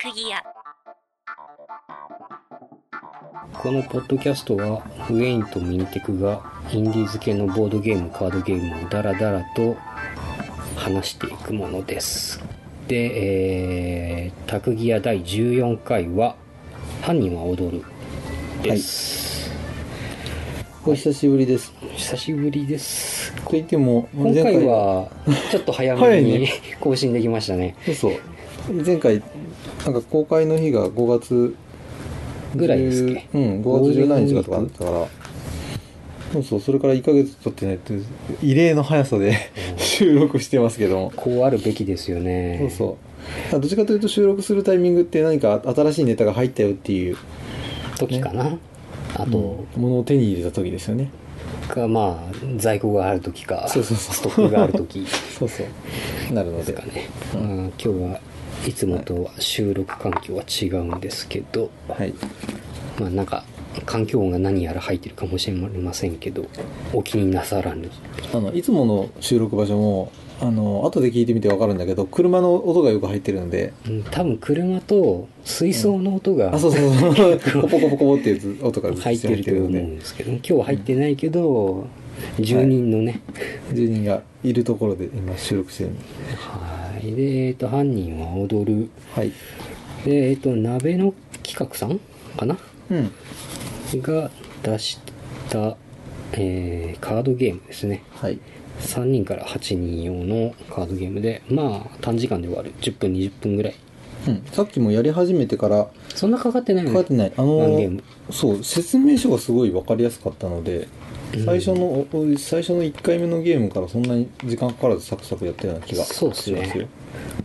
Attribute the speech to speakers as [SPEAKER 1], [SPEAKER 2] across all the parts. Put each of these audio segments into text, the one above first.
[SPEAKER 1] 釘屋
[SPEAKER 2] このポッドキャストはウェインとミニテクがインディーズ系のボードゲームカードゲームをダラダラと話していくものですで、えー、タクギア第14回は「犯人は踊る」です、
[SPEAKER 3] お久しぶりです。
[SPEAKER 2] 久しぶりです
[SPEAKER 3] と言っても、
[SPEAKER 2] 今回はちょっと早め
[SPEAKER 3] 早い
[SPEAKER 2] に
[SPEAKER 3] ね
[SPEAKER 2] 更新できましたね
[SPEAKER 3] 前回、そうそう。前回、なんか公開の日が5月
[SPEAKER 2] ぐらいですっけ
[SPEAKER 3] 10うん、5月17日だとかだったから、そうそう、それから1ヶ月経ってないっていう、異例の速さで収録してますけども。
[SPEAKER 2] こうあるべきですよね
[SPEAKER 3] そうそう。どっちかというと収録するタイミングって何か新しいネタが入ったよっていう、
[SPEAKER 2] 時かな、あ
[SPEAKER 3] うん
[SPEAKER 2] と、
[SPEAKER 3] ものを手に入れた時ですよね。
[SPEAKER 2] かまあ在庫がある時か
[SPEAKER 3] そうそうそう
[SPEAKER 2] ストックがある時
[SPEAKER 3] そうそう。なるの
[SPEAKER 2] です
[SPEAKER 3] で
[SPEAKER 2] か。ね、うん、今日はいつもとは収録環境は違うんですけど、
[SPEAKER 3] はい。
[SPEAKER 2] まあなんか環境音が何やら入ってるかもしれませんけどお気になさらぬ
[SPEAKER 3] あのいつもの収録場所もあの後で聞いてみて分かるんだけど車の音がよく入ってるので
[SPEAKER 2] うん多分車と水槽の音が
[SPEAKER 3] あそうそうそう コポコポコポっていう音が
[SPEAKER 2] 入ってると思う
[SPEAKER 3] ので
[SPEAKER 2] んですけど今日は入ってないけど住人のね、
[SPEAKER 3] 住人がいるところで今収録してるんで
[SPEAKER 2] はいで、えっと犯人は踊る
[SPEAKER 3] はい
[SPEAKER 2] でえっ、と鍋の企画さんかな
[SPEAKER 3] うん
[SPEAKER 2] が出した、えーカードゲームですね
[SPEAKER 3] はい
[SPEAKER 2] 3人から8人用のカードゲームでまあ短時間で終わる10分20分ぐらい
[SPEAKER 3] うん、さっきもやり始めてから
[SPEAKER 2] そんなかかってないよ
[SPEAKER 3] か
[SPEAKER 2] ね
[SPEAKER 3] かってないあ
[SPEAKER 2] ワンゲー
[SPEAKER 3] の
[SPEAKER 2] ム
[SPEAKER 3] そう説明書がすごい分かりやすかったので最初の、お最初の1回目のゲームからそんなに時間かからずサクサクやったような気がし
[SPEAKER 2] そうっ
[SPEAKER 3] ますすよ
[SPEAKER 2] ね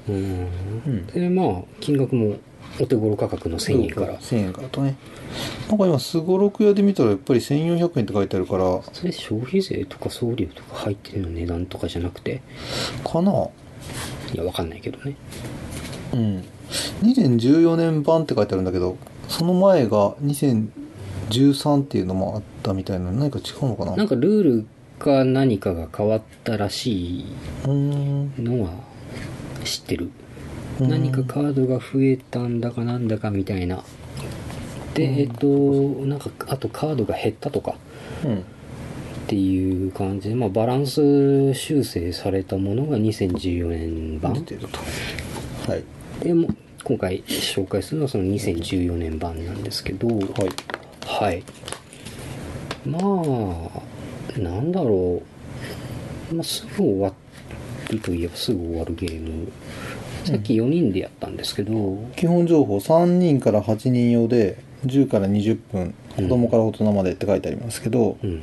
[SPEAKER 2] うん
[SPEAKER 3] うん
[SPEAKER 2] でまあ金額もお手頃価格の1000円から
[SPEAKER 3] 1000円からとねなんか今すごろく屋で見たらやっぱり1400円って書いてあるから
[SPEAKER 2] それ消費税とか送料とか入ってるの値段とかじゃなくて
[SPEAKER 3] かない
[SPEAKER 2] やわかんないけどね
[SPEAKER 3] うん2014年版って書いてあるんだけどその前が2013っていうのもあったみたいな何か違うのかな
[SPEAKER 2] なんかルールか何かが変わったらしいう
[SPEAKER 3] ーん
[SPEAKER 2] のは知ってる
[SPEAKER 3] うん
[SPEAKER 2] 何かカードが増えたんだかなんだかみたいなでえっとなんかあとカードが減ったとか
[SPEAKER 3] うん
[SPEAKER 2] っていう感じで、まあ、バランス修正されたものが2014年
[SPEAKER 3] 出
[SPEAKER 2] 版
[SPEAKER 3] てるとはい
[SPEAKER 2] でも今回紹介するのはその2014年版なんですけど
[SPEAKER 3] はい
[SPEAKER 2] はいまあなんだろう、まあ、すぐ終わるといえばすぐ終わるゲームさっき4人でやったんですけど、
[SPEAKER 3] 基本情報3人から8人用で10から20分子供から大人までって書いてありますけど、
[SPEAKER 2] うん、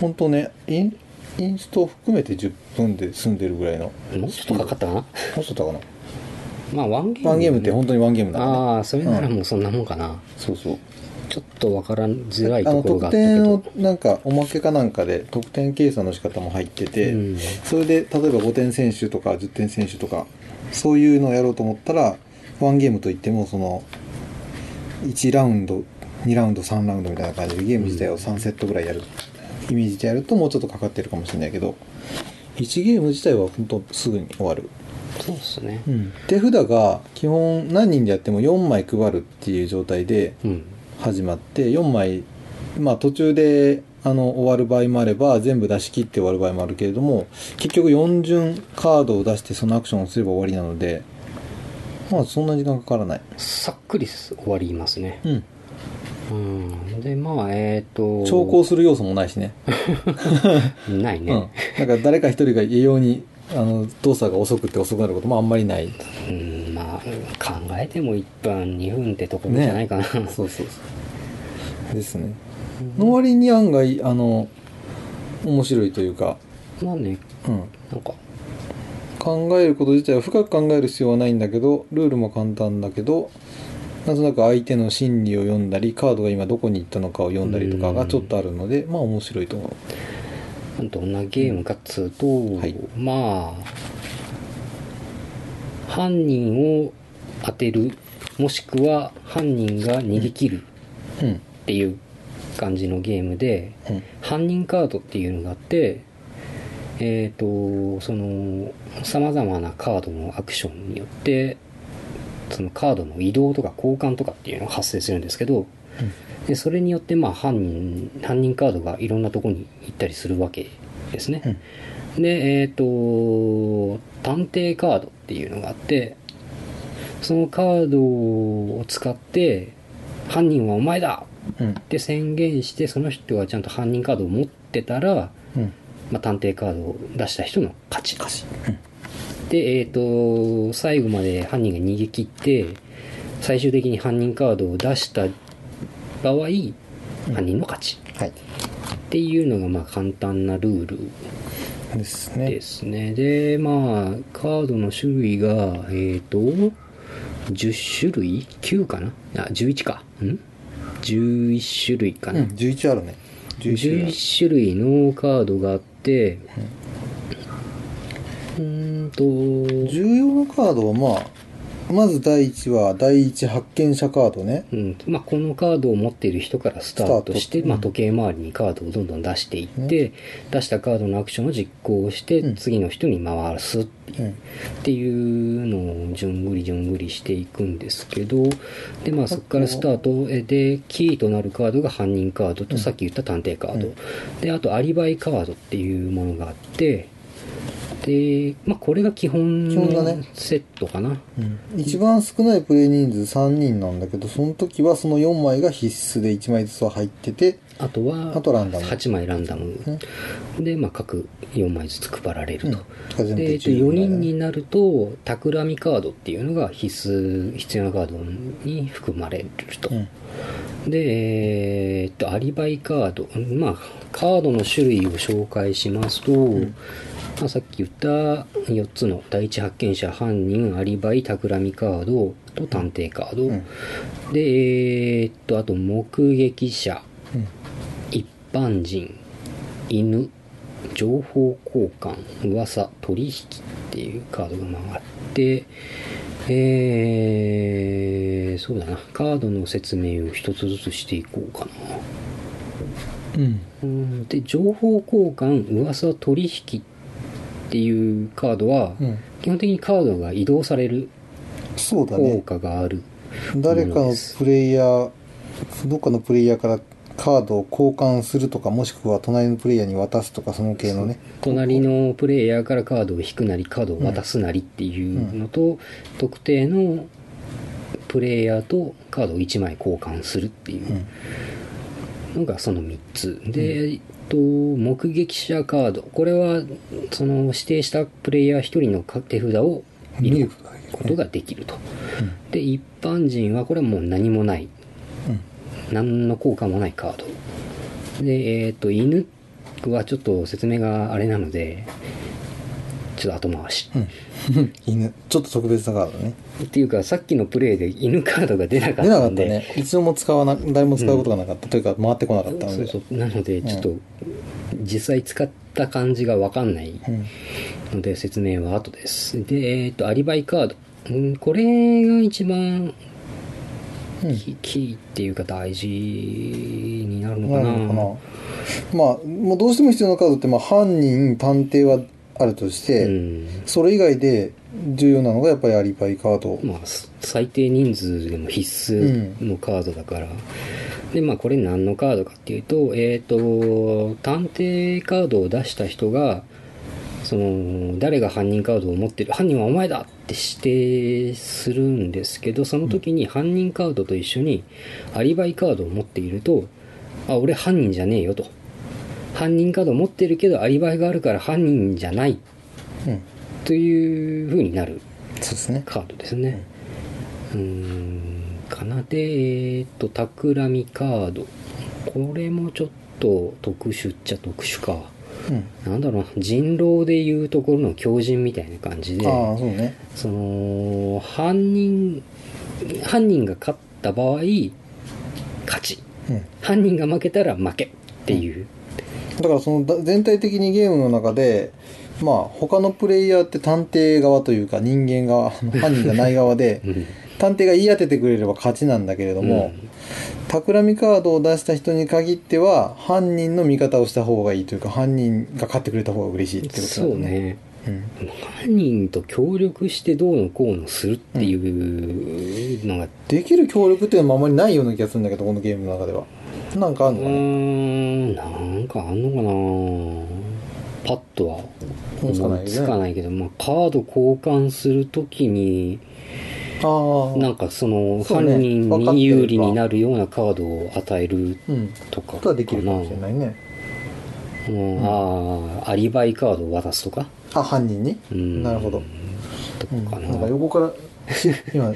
[SPEAKER 3] 本当ねインインストを含めて10分で済んでるぐらいの
[SPEAKER 2] もうちょっとかかったかな
[SPEAKER 3] もうちょっとかな
[SPEAKER 2] まあワンゲーム、
[SPEAKER 3] ワンゲームって本当にワンゲームだからね
[SPEAKER 2] ああそれならもうそんなもんかな、
[SPEAKER 3] そうそう
[SPEAKER 2] ちょっとわからんづらい
[SPEAKER 3] あ
[SPEAKER 2] と
[SPEAKER 3] の
[SPEAKER 2] ころがあ
[SPEAKER 3] 得
[SPEAKER 2] ったけ
[SPEAKER 3] 点
[SPEAKER 2] ど
[SPEAKER 3] をなんかおまけかなんかで得点計算の仕方も入ってて、
[SPEAKER 2] うん
[SPEAKER 3] それで例えば5点選手とか10点選手とかそういうのをやろうと思ったらワンゲームといってもその1ラウンド2ラウンド3ラウンドみたいな感じでゲーム自体を3セットぐらいやる、イメージでやるともうちょっとかかってるかもしれないけど1ゲーム自体は本当すぐに終わる、
[SPEAKER 2] そうっすね
[SPEAKER 3] 手札が基本何人でやっても4枚配るっていう状態で、
[SPEAKER 2] うん
[SPEAKER 3] 始まって4枚、まあ、途中であの終わる場合もあれば全部出し切って終わる場合もあるけれども結局4巡カードを出してそのアクションをすれば終わりなのでまあそんな時間かからない
[SPEAKER 2] さっくりす終わりますね
[SPEAKER 3] うん
[SPEAKER 2] うんでまあえっ、と
[SPEAKER 3] 調校する要素もないしね
[SPEAKER 2] ないね、
[SPEAKER 3] うん、なんか誰か一人が異様にあの動作が遅くて遅くなることもあんまりない
[SPEAKER 2] うんまあ考えても1分2分ってところじゃないかな、
[SPEAKER 3] そうそうそうですねの割に案外あの面白いというか
[SPEAKER 2] まあね
[SPEAKER 3] うん
[SPEAKER 2] なんか
[SPEAKER 3] 考えること自体は深く考える必要はないんだけどルールも簡単だけどなんとなく相手の心理を読んだりカードが今どこに行ったのかを読んだりとかがちょっとあるのでまあ面白いと思う
[SPEAKER 2] どんなゲームかっつうと、
[SPEAKER 3] はい
[SPEAKER 2] まあ犯人を当てるもしくは犯人が逃げ切る
[SPEAKER 3] うん
[SPEAKER 2] っていう感じのゲームで
[SPEAKER 3] うん
[SPEAKER 2] 犯人カードっていうのがあってえっ、とそのさまざまなカードのアクションによってそのカードの移動とか交換とかっていうのが発生するんですけど、でそれによってまあ犯人犯人カードがいろんなとこに行ったりするわけですね、でえっ、と探偵カードっていうのがあってそのカードを使って犯人はお前だ
[SPEAKER 3] うん
[SPEAKER 2] って宣言してその人がちゃんと犯人カードを持ってたら、
[SPEAKER 3] うん
[SPEAKER 2] まあ、探偵カードを出した人の勝ち
[SPEAKER 3] 歌詞
[SPEAKER 2] でえっ、と最後まで犯人が逃げ切って最終的に犯人カードを出した場合犯人の勝ち
[SPEAKER 3] はい
[SPEAKER 2] っていうのがまあ簡単なルール
[SPEAKER 3] ですね
[SPEAKER 2] ですねでまあカードの種類がえっ、と10種類9かなあ11かん11種類か
[SPEAKER 3] う
[SPEAKER 2] な、
[SPEAKER 3] ん11あるね11ある
[SPEAKER 2] 11種類のカードがあってうーんと、
[SPEAKER 3] 重要なカードはまあまず第一は第一発見者カードね
[SPEAKER 2] うんまあ、このカードを持っている人からスタートして
[SPEAKER 3] スタート
[SPEAKER 2] まあ、時計回りにカードをどんどん出していって、出したカードのアクションを実行して、
[SPEAKER 3] うん
[SPEAKER 2] 次の人に回すっていう
[SPEAKER 3] うん
[SPEAKER 2] っていうのをじゅんぐりじゅんぐりしていくんですけどで、まあ、そこからスタートえでキーとなるカードが犯人カードとさっき言った探偵カード、
[SPEAKER 3] うん
[SPEAKER 2] であとアリバイカードっていうものがあってで、まあ、これが基本
[SPEAKER 3] 基本だね
[SPEAKER 2] のセットかな、
[SPEAKER 3] 一番少ないプレイ人数3人なんだけどその時はその4枚が必須で1枚ずつは入ってて
[SPEAKER 2] あとは
[SPEAKER 3] あとランダム
[SPEAKER 2] 8枚ランダムで、まあ、各4枚ずつ配られると。
[SPEAKER 3] とか全
[SPEAKER 2] で
[SPEAKER 3] 部で
[SPEAKER 2] えっと4人になると企みカードっていうのが必須必要なカードに含まれると、
[SPEAKER 3] うん
[SPEAKER 2] でえーっとアリバイカードまあカードの種類を紹介しますと、まあ、さっき言った4つの第一発見者犯人アリバイ企みカードと探偵カード、
[SPEAKER 3] ん
[SPEAKER 2] でえーっとあと目撃者
[SPEAKER 3] うん
[SPEAKER 2] 一般人犬情報交換噂取引っていうカードが回ってえー、そうだなカードの説明を一つずつしていこうかなう
[SPEAKER 3] うん
[SPEAKER 2] んで情報交換噂取引っていうカードは、
[SPEAKER 3] うん
[SPEAKER 2] 基本的にカードが移動される
[SPEAKER 3] そうだ
[SPEAKER 2] 効
[SPEAKER 3] ね
[SPEAKER 2] 果がある、
[SPEAKER 3] 誰かのプレイヤーどっかのプレイヤーからカードを交換するとかもしくは隣のプレイヤーに渡すとかその系のね
[SPEAKER 2] 隣のプレイヤーからカードを引くなりカードを渡すなりっていうのと、特定のプレイヤーとカードを1枚交換するっていうのがその3つで、えっと目撃者カードこれはその指定したプレイヤー1人のか手札を
[SPEAKER 3] 見
[SPEAKER 2] 見
[SPEAKER 3] る
[SPEAKER 2] る
[SPEAKER 3] こ
[SPEAKER 2] こと
[SPEAKER 3] とができる
[SPEAKER 2] ができると、で一般人はこれはもう何もない
[SPEAKER 3] うん
[SPEAKER 2] 何の効果もないカードでえっ、と犬はちょっと説明があれなのでちょっと後回し、
[SPEAKER 3] 犬ちょっと特別なカードだね
[SPEAKER 2] っていうかさっきのプレイで犬カードが出なかっ
[SPEAKER 3] 出な
[SPEAKER 2] た
[SPEAKER 3] かっ
[SPEAKER 2] ん
[SPEAKER 3] た
[SPEAKER 2] で
[SPEAKER 3] ね一度も使わな誰も使うことがなかった、というか回ってこなかったの
[SPEAKER 2] そう
[SPEAKER 3] で
[SPEAKER 2] そうなのでちょっと、実際使った感じが分かんない
[SPEAKER 3] うん
[SPEAKER 2] ので説明は後ですでえっ、とアリバイカードうんこれが一番
[SPEAKER 3] うん
[SPEAKER 2] キキーっていうか大事になるのか
[SPEAKER 3] な
[SPEAKER 2] な
[SPEAKER 3] るのかなまあもうどうしても必要なカードって、まあ、犯人探偵はあるとして、
[SPEAKER 2] うん
[SPEAKER 3] それ以外で重要なのがやっぱりアリバイカード、
[SPEAKER 2] まあ、す最低人数でも必須のカードだから、でまあこれ何のカードかっていうとえっ、と探偵カードを出した人がその誰が犯人カードを持ってる犯人はお前だって指定するんですけどその時に犯人カードと一緒にアリバイカードを持っていると「あ俺犯人じゃねえよ」と「犯人カード持ってるけどアリバイがあるから犯人じゃない
[SPEAKER 3] うん」
[SPEAKER 2] という風になる
[SPEAKER 3] そうですね
[SPEAKER 2] カードですねうーんかなでえーっと企みカードこれもちょっと特殊っちゃ特殊か
[SPEAKER 3] うん
[SPEAKER 2] なんだろうな人狼でいうところの狂人みたいな感じで
[SPEAKER 3] ああそうね
[SPEAKER 2] その犯人犯人が勝った場合勝ち
[SPEAKER 3] うん
[SPEAKER 2] 犯人が負けたら負けっていう、
[SPEAKER 3] だからそのだ全体的にゲームの中でまあ他のプレイヤーって探偵側というか人間側あの犯人じゃない側で
[SPEAKER 2] うん
[SPEAKER 3] 探偵が言い当ててくれれば勝ちなんだけれども、企みカードを出した人に限っては犯人の味方をした方がいいというか犯人が勝ってくれた方が嬉しいってことだ
[SPEAKER 2] そうね
[SPEAKER 3] うん
[SPEAKER 2] 犯人と協力してどうのこうのするっていうのが、
[SPEAKER 3] できる協力っていうのもあんまりないような気がするんだけどこのゲームの中ではなんかあん
[SPEAKER 2] う
[SPEAKER 3] の
[SPEAKER 2] ー、
[SPEAKER 3] かなん
[SPEAKER 2] なんかあんのかなパッとは
[SPEAKER 3] 思いつかないよね
[SPEAKER 2] つかないけど、まあ、カード交換するときに、
[SPEAKER 3] ああ
[SPEAKER 2] なんかその
[SPEAKER 3] そう
[SPEAKER 2] 犯
[SPEAKER 3] ね
[SPEAKER 2] 人
[SPEAKER 3] 分かって
[SPEAKER 2] に
[SPEAKER 3] れば
[SPEAKER 2] 有利になるようなカードを与える
[SPEAKER 3] うん
[SPEAKER 2] とか
[SPEAKER 3] ことはできるかもしれ
[SPEAKER 2] な
[SPEAKER 3] ないね
[SPEAKER 2] うんああアリバイカードを渡すとか、
[SPEAKER 3] あ犯人に、
[SPEAKER 2] うん、
[SPEAKER 3] なるほど、
[SPEAKER 2] と
[SPEAKER 3] うん、
[SPEAKER 2] かかな,、
[SPEAKER 3] なんか横から 今、う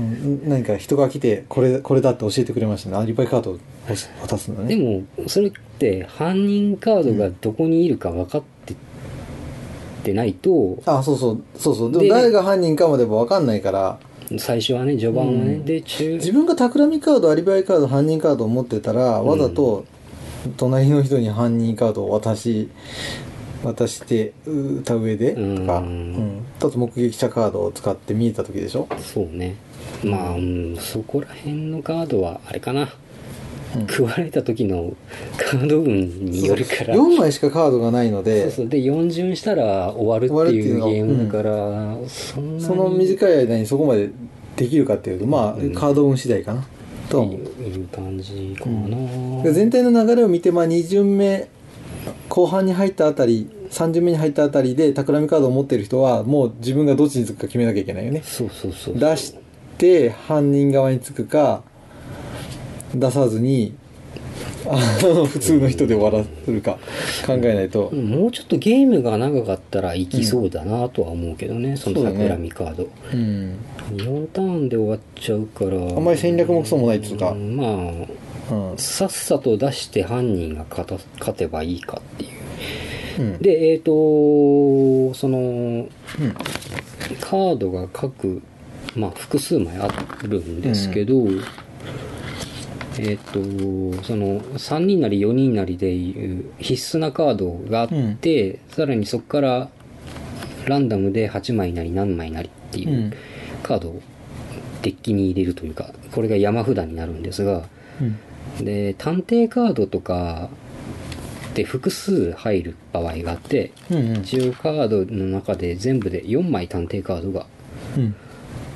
[SPEAKER 3] ん、何か人が来てこれこれだって教えてくれましたねアリバイカードを渡すのね
[SPEAKER 2] でもそれって犯人カードがどこにいるか分かってってないと
[SPEAKER 3] あそうそうそうそうでも
[SPEAKER 2] で
[SPEAKER 3] 誰が犯人かまでも分かんないから
[SPEAKER 2] 最初はね序盤はね、
[SPEAKER 3] うん
[SPEAKER 2] で中
[SPEAKER 3] 自分が企みカードアリバイカード犯人カードを持ってたらわざと隣の人に犯人カードを渡し渡してうた上でとか、
[SPEAKER 2] う
[SPEAKER 3] うんん、あと目撃者カードを使って見えた時でしょ、
[SPEAKER 2] そうねまあ、うん、そこら辺のカードはあれかな
[SPEAKER 3] うん
[SPEAKER 2] 食われた時のカード運によるから
[SPEAKER 3] 4枚しかカードがないの
[SPEAKER 2] そう
[SPEAKER 3] で
[SPEAKER 2] そうで4巡したら終わるっていうゲ
[SPEAKER 3] 終
[SPEAKER 2] ー
[SPEAKER 3] わるっていうのが
[SPEAKER 2] ムだから、そんなに
[SPEAKER 3] その短い間にそこまでできるかっていうとまあ、
[SPEAKER 2] うん
[SPEAKER 3] カード運次第かなとは思う
[SPEAKER 2] いう感じかな、
[SPEAKER 3] で全体の流れを見て、まあ、2巡目後半に入ったあたり3巡目に入ったあたりで企みカードを持ってる人はもう自分がどっちにつくか決めなきゃいけないよね
[SPEAKER 2] そうそうそう
[SPEAKER 3] 出して犯人側につくか出さずにあの普通の人で終わらせるか考えないと、
[SPEAKER 2] もうちょっとゲームが長かったらいきそうだなとは思うけどね、その
[SPEAKER 3] そうだね
[SPEAKER 2] 桜見カード、
[SPEAKER 3] うん
[SPEAKER 2] 4ターンで終わっちゃうから
[SPEAKER 3] あんまり戦略もクソもないっつうか
[SPEAKER 2] んま
[SPEAKER 3] うん
[SPEAKER 2] あさっさと出して犯人が勝た勝てばいいかっていう
[SPEAKER 3] うん
[SPEAKER 2] でえっ、とその
[SPEAKER 3] うん
[SPEAKER 2] カードが各、まあ、複数枚あるんですけど、えっ、とその3人なり4人なりでいう必須なカードがあって、さらにそこからランダムで8枚なり何枚なりっていううんカードをデッキに入れるというかこれが山札になるんですが
[SPEAKER 3] うん
[SPEAKER 2] で探偵カードとかで複数入る場合があって
[SPEAKER 3] うんうん
[SPEAKER 2] 一応カードの中で全部で4枚探偵カードが
[SPEAKER 3] うん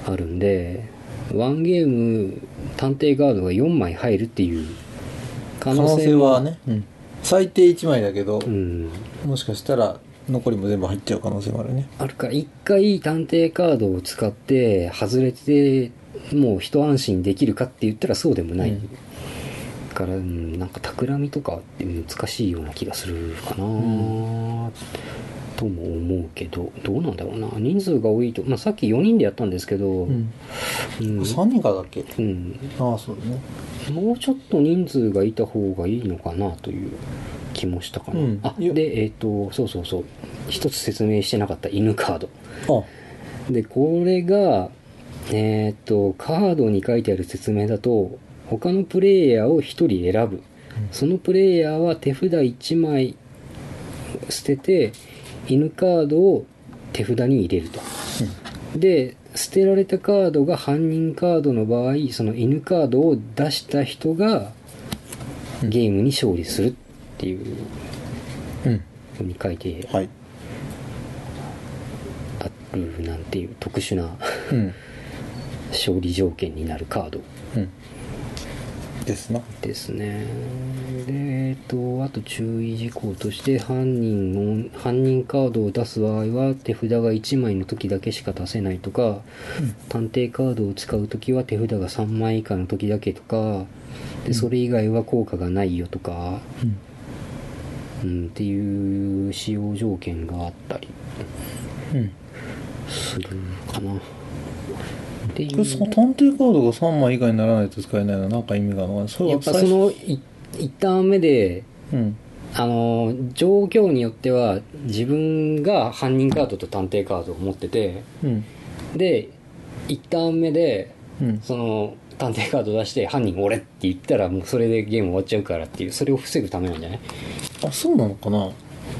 [SPEAKER 2] あるんでワンゲーム探偵カードが4枚入るっていう可
[SPEAKER 3] 可
[SPEAKER 2] 能
[SPEAKER 3] 能
[SPEAKER 2] 性
[SPEAKER 3] 性
[SPEAKER 2] は
[SPEAKER 3] はね、うん最低1枚だけど、
[SPEAKER 2] うん、
[SPEAKER 3] もしかしたら残りも全部入っちゃう可能性もあるね
[SPEAKER 2] あるから1回探偵カードを使って外れてもう一安心できるかって言ったらそうでもない、
[SPEAKER 3] うん
[SPEAKER 2] から、うん、なんか企みとかって難しいような気がするかな、とも思うけどどうなんだろうな人数が多いと、まあ、さっき4人でやったんですけど、
[SPEAKER 3] うん、
[SPEAKER 2] うん
[SPEAKER 3] 3人からだっけ
[SPEAKER 2] うん、
[SPEAKER 3] ああそうだね
[SPEAKER 2] もうちょっと人数がいた方がいいのかなという気もしたかな、
[SPEAKER 3] うん
[SPEAKER 2] あ
[SPEAKER 3] いや
[SPEAKER 2] でえっ、とそうそうそう一つ説明してなかった犬カード
[SPEAKER 3] あ
[SPEAKER 2] でこれがえっ、とカードに書いてある説明だと他のプレイヤーを1人選ぶそのプレイヤーは手札1枚捨てて犬カードを手札に入れるとで捨てられたカードが犯人カードの場合その犬カードを出した人が
[SPEAKER 3] うん
[SPEAKER 2] ゲームに勝利するっていう
[SPEAKER 3] うん、うん、
[SPEAKER 2] ふうに書いて
[SPEAKER 3] はい
[SPEAKER 2] あるなんていう特殊な
[SPEAKER 3] うん
[SPEAKER 2] 勝利条件になるカード
[SPEAKER 3] うんですな
[SPEAKER 2] ですねでえっとあと注意事項として犯人を犯人カードを出す場合は手札が1枚の時だけしか出せないとか、探偵カードを使う時は手札が3枚以下の時だけとかでそれ以外は効果がないよとか、
[SPEAKER 3] うん
[SPEAKER 2] うん、っていう使用条件があったり
[SPEAKER 3] うん
[SPEAKER 2] するかなってい
[SPEAKER 3] これ
[SPEAKER 2] う
[SPEAKER 3] その探偵カードが3枚以外にならないと使えないのはなんか意味があるのかなそれ
[SPEAKER 2] や
[SPEAKER 3] は
[SPEAKER 2] っぱそのい一旦目で
[SPEAKER 3] うん
[SPEAKER 2] あの状況によっては自分が犯人カードと探偵カードを持ってて
[SPEAKER 3] うん
[SPEAKER 2] で一旦目で
[SPEAKER 3] うん
[SPEAKER 2] その探偵カード出して犯人俺って言ったらもうそれでゲーム終わっちゃうからっていうそれを防ぐためなんじゃない
[SPEAKER 3] あそうなのかな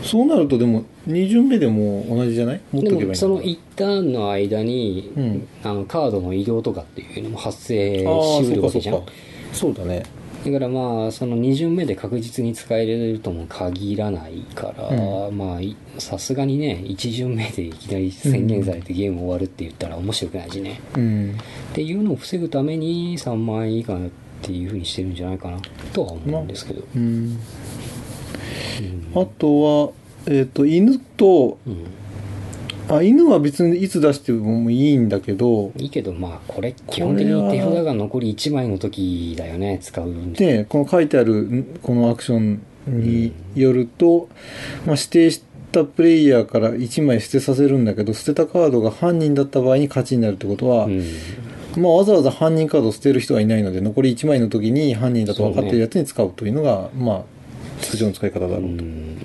[SPEAKER 3] そうなるとでも2巡目でも同じじゃない持っと
[SPEAKER 2] で
[SPEAKER 3] けばいい
[SPEAKER 2] も
[SPEAKER 3] か
[SPEAKER 2] その一旦の間に、
[SPEAKER 3] うん
[SPEAKER 2] あのカードの移動とかっていうのも発生
[SPEAKER 3] ああ
[SPEAKER 2] しう
[SPEAKER 3] そ
[SPEAKER 2] る
[SPEAKER 3] う
[SPEAKER 2] わ
[SPEAKER 3] か
[SPEAKER 2] け
[SPEAKER 3] そう
[SPEAKER 2] じゃん
[SPEAKER 3] かそうだね
[SPEAKER 2] だからまあその2巡目で確実に使えれるとも限らないから、
[SPEAKER 3] う
[SPEAKER 2] まあいさすがにね1巡目でいきなり宣言されてゲーム終わるって言ったら面白くないしね、
[SPEAKER 3] うん
[SPEAKER 2] っていうのを防ぐために3万円以下っていうふうにしてるんじゃないかなとは思うんですけど、
[SPEAKER 3] うん
[SPEAKER 2] うん
[SPEAKER 3] あとはえっ、と犬と
[SPEAKER 2] うん
[SPEAKER 3] あ犬は別にいつ出してもいいんだけど
[SPEAKER 2] いいけどまあこれ基本的に手札が残り1枚の時だよね使うんで
[SPEAKER 3] でこの書いてあるんこのアクションによると、まあ、指定したプレイヤーから1枚捨てさせるんだけど捨てたカードが犯人だった場合に勝ちになるってことは、
[SPEAKER 2] うん
[SPEAKER 3] まあ、わざわざ犯人カードを捨てる人はいないので残り1枚の時に犯人だと分かってるやつに使うというのがまあ通常の使い方だろ
[SPEAKER 2] う
[SPEAKER 3] うと、
[SPEAKER 2] ん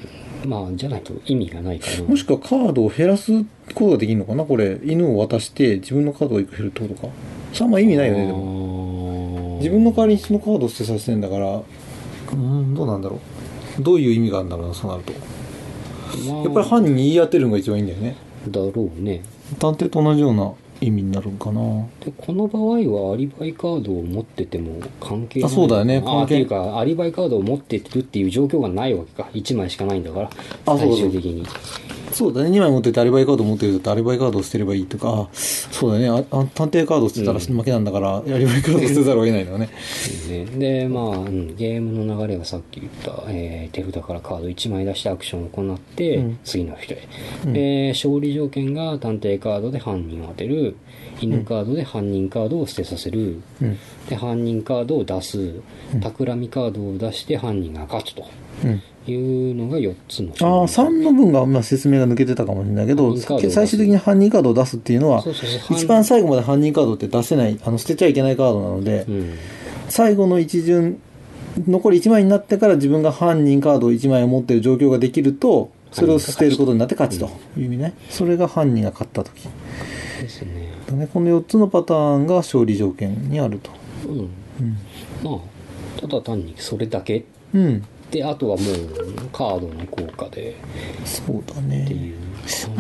[SPEAKER 2] まあじゃないと意味がないかな
[SPEAKER 3] もしくはカードを減らすことができるのかなこれ犬を渡して自分のカードを1個減るってことかそれはまあ意味ないよねでも
[SPEAKER 2] も
[SPEAKER 3] 自分の代わりに人のカードを捨てさせてんだからうんどうなんだろうどういう意味があるんだろうなそうなるとやっぱり犯人に言い当てるのが一番いいんだよね
[SPEAKER 2] だろうね
[SPEAKER 3] 探偵と同じような意味になるんかな
[SPEAKER 2] でこの場合はアリバイカードを持ってても関係ない
[SPEAKER 3] あそうだよね
[SPEAKER 2] 関
[SPEAKER 3] 関
[SPEAKER 2] 係
[SPEAKER 3] 係
[SPEAKER 2] っていうかアリバイカードを持ってるっていう状況がないわけか1枚しかないんだから
[SPEAKER 3] あそう
[SPEAKER 2] 最
[SPEAKER 3] だ
[SPEAKER 2] 終的に
[SPEAKER 3] そうだね2枚持っててアリバイカード持ってるとアリバイカードを捨てればいいとかあそうだねああ探偵カード捨てたら負けなんだから、アリバイカード捨てざるを得ないのね
[SPEAKER 2] ね、でまあ、うんゲームの流れはさっき言った、えー手札からカード1枚出してアクションを行って、
[SPEAKER 3] うん
[SPEAKER 2] 次の人へ、
[SPEAKER 3] うん
[SPEAKER 2] で勝利条件が探偵カードで犯人を当てる犬カードで犯人カードを捨てさせる、
[SPEAKER 3] うん
[SPEAKER 2] で犯人カードを出す
[SPEAKER 3] うん
[SPEAKER 2] 企みカードを出して犯人が勝つと
[SPEAKER 3] うん
[SPEAKER 2] いうのが4つの
[SPEAKER 3] ああ3の分が、まあ、説明が抜けてたかもしれないけど
[SPEAKER 2] 犯人カードを出す
[SPEAKER 3] 最終的に犯人カードを出すっていうのは
[SPEAKER 2] そうそうそう
[SPEAKER 3] 一番最後まで犯人カードって出せないあの捨てちゃいけないカードなので、
[SPEAKER 2] うん
[SPEAKER 3] 最後の一巡残り1枚になってから自分が犯人カードを1枚持ってる状況ができるとそれを捨てることになって勝ちという意味ねそれが犯人が勝った時
[SPEAKER 2] ですね
[SPEAKER 3] だねこの4つのパターンが勝利条件にあると
[SPEAKER 2] うん
[SPEAKER 3] うん、
[SPEAKER 2] まあただ単にそれだけ
[SPEAKER 3] うん、
[SPEAKER 2] であとはもうカードの効果で
[SPEAKER 3] そうだ
[SPEAKER 2] って
[SPEAKER 3] ね
[SPEAKER 2] いう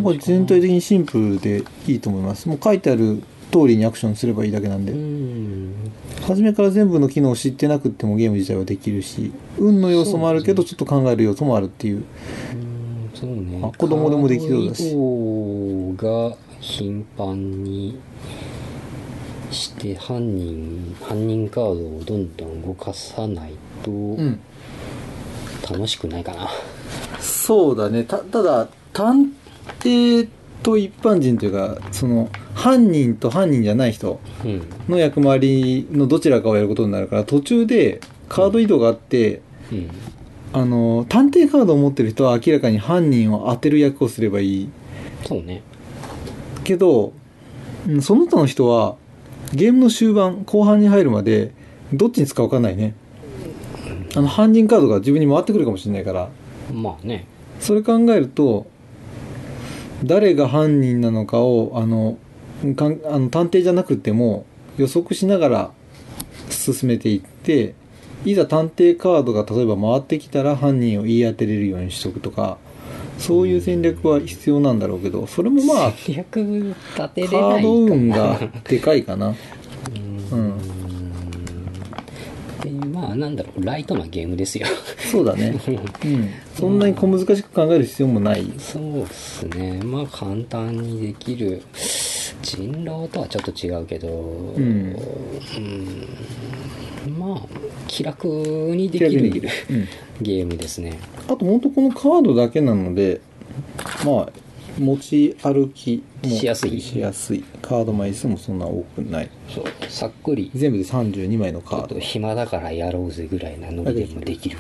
[SPEAKER 3] これ全体的にシンプルでいいと思いますもう書いてある通りにアクションすればいいだけなんで、
[SPEAKER 2] うん
[SPEAKER 3] 初めから全部の機能を知ってなくってもゲーム自体はできるし運の要素もあるけどちょっと考える要素もあるっていう
[SPEAKER 2] うんそうね
[SPEAKER 3] あ子供でもできそうだし
[SPEAKER 2] カード移動が頻繁にして犯人犯人カードをどんどん動かさないと
[SPEAKER 3] ん
[SPEAKER 2] 楽しくないかな、
[SPEAKER 3] そうだねたただ探偵と一般人というかその犯人と犯人じゃない人
[SPEAKER 2] うん
[SPEAKER 3] の役回りのどちらかをやることになるから途中でカード移動があって、
[SPEAKER 2] うん
[SPEAKER 3] あの探偵カードを持ってる人は明らかに犯人を当てる役をすればいい
[SPEAKER 2] そうね
[SPEAKER 3] けどうんその他の人はゲームの終盤後半に入るまでどっちに使うか分かんないねあの犯人カードが自分に回ってくるかもしれないから
[SPEAKER 2] まあね
[SPEAKER 3] それ考えると誰が犯人なのかをあのかんあの探偵じゃなくても予測しながら進めていっていざ探偵カードが例えば回ってきたら犯人を言い当てれるようにしとくとかそういう戦略は必要なんだろうけどそれもまあ
[SPEAKER 2] 役立て
[SPEAKER 3] カ
[SPEAKER 2] れない
[SPEAKER 3] ード運がでかいかな。
[SPEAKER 2] うん
[SPEAKER 3] うん、
[SPEAKER 2] でまあなんだろうライトなゲームですよ
[SPEAKER 3] そうだね。うん、そんなに小難しく考える必要もない。
[SPEAKER 2] そうっすねまあ簡単にできる人狼とはちょっと違うけど、うんまあ気楽にできる
[SPEAKER 3] 気楽にできるうん
[SPEAKER 2] ゲームですね
[SPEAKER 3] あと本当このカードだけなので、まあ持ち歩きも
[SPEAKER 2] しやすい
[SPEAKER 3] しやすいカード枚数もそんな多くない。
[SPEAKER 2] そうさっくり
[SPEAKER 3] 全部で32枚の
[SPEAKER 2] ち
[SPEAKER 3] カ
[SPEAKER 2] ょ
[SPEAKER 3] ー
[SPEAKER 2] っ
[SPEAKER 3] ド
[SPEAKER 2] と暇だからやろうぜぐらいなノリでもできる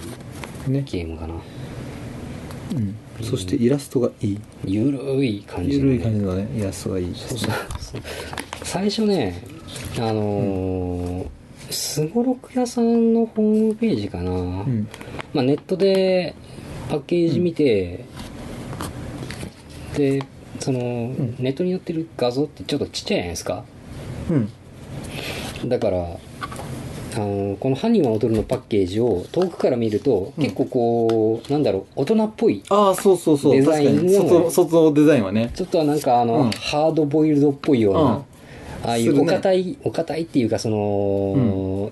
[SPEAKER 3] ね。
[SPEAKER 2] ゲームかな
[SPEAKER 3] うん。そしてイラストがいい。
[SPEAKER 2] ゆるい感じ
[SPEAKER 3] ゆ
[SPEAKER 2] のね
[SPEAKER 3] るい感じのねイラストがいいですね。
[SPEAKER 2] そう最初ねあのーすごろく屋さんのホームページかな、
[SPEAKER 3] うん。
[SPEAKER 2] まあ、ネットでパッケージ見て、でその、
[SPEAKER 3] ん
[SPEAKER 2] ネットに載ってる画像ってちょっとちっちゃいじゃないですか
[SPEAKER 3] うん。
[SPEAKER 2] だからあのこの「犯人は踊る」のパッケージを遠くから見ると、
[SPEAKER 3] うん
[SPEAKER 2] 結構こうなんだろう大人っぽい
[SPEAKER 3] ああそうそうそう。
[SPEAKER 2] デザイン
[SPEAKER 3] 確かに
[SPEAKER 2] の
[SPEAKER 3] 外外デザインはね。
[SPEAKER 2] ちょっとなんかあの、
[SPEAKER 3] うん
[SPEAKER 2] ハードボイルドっぽいような、
[SPEAKER 3] うん
[SPEAKER 2] ああいう
[SPEAKER 3] す
[SPEAKER 2] お
[SPEAKER 3] るね
[SPEAKER 2] 堅い、お堅いっていうかその、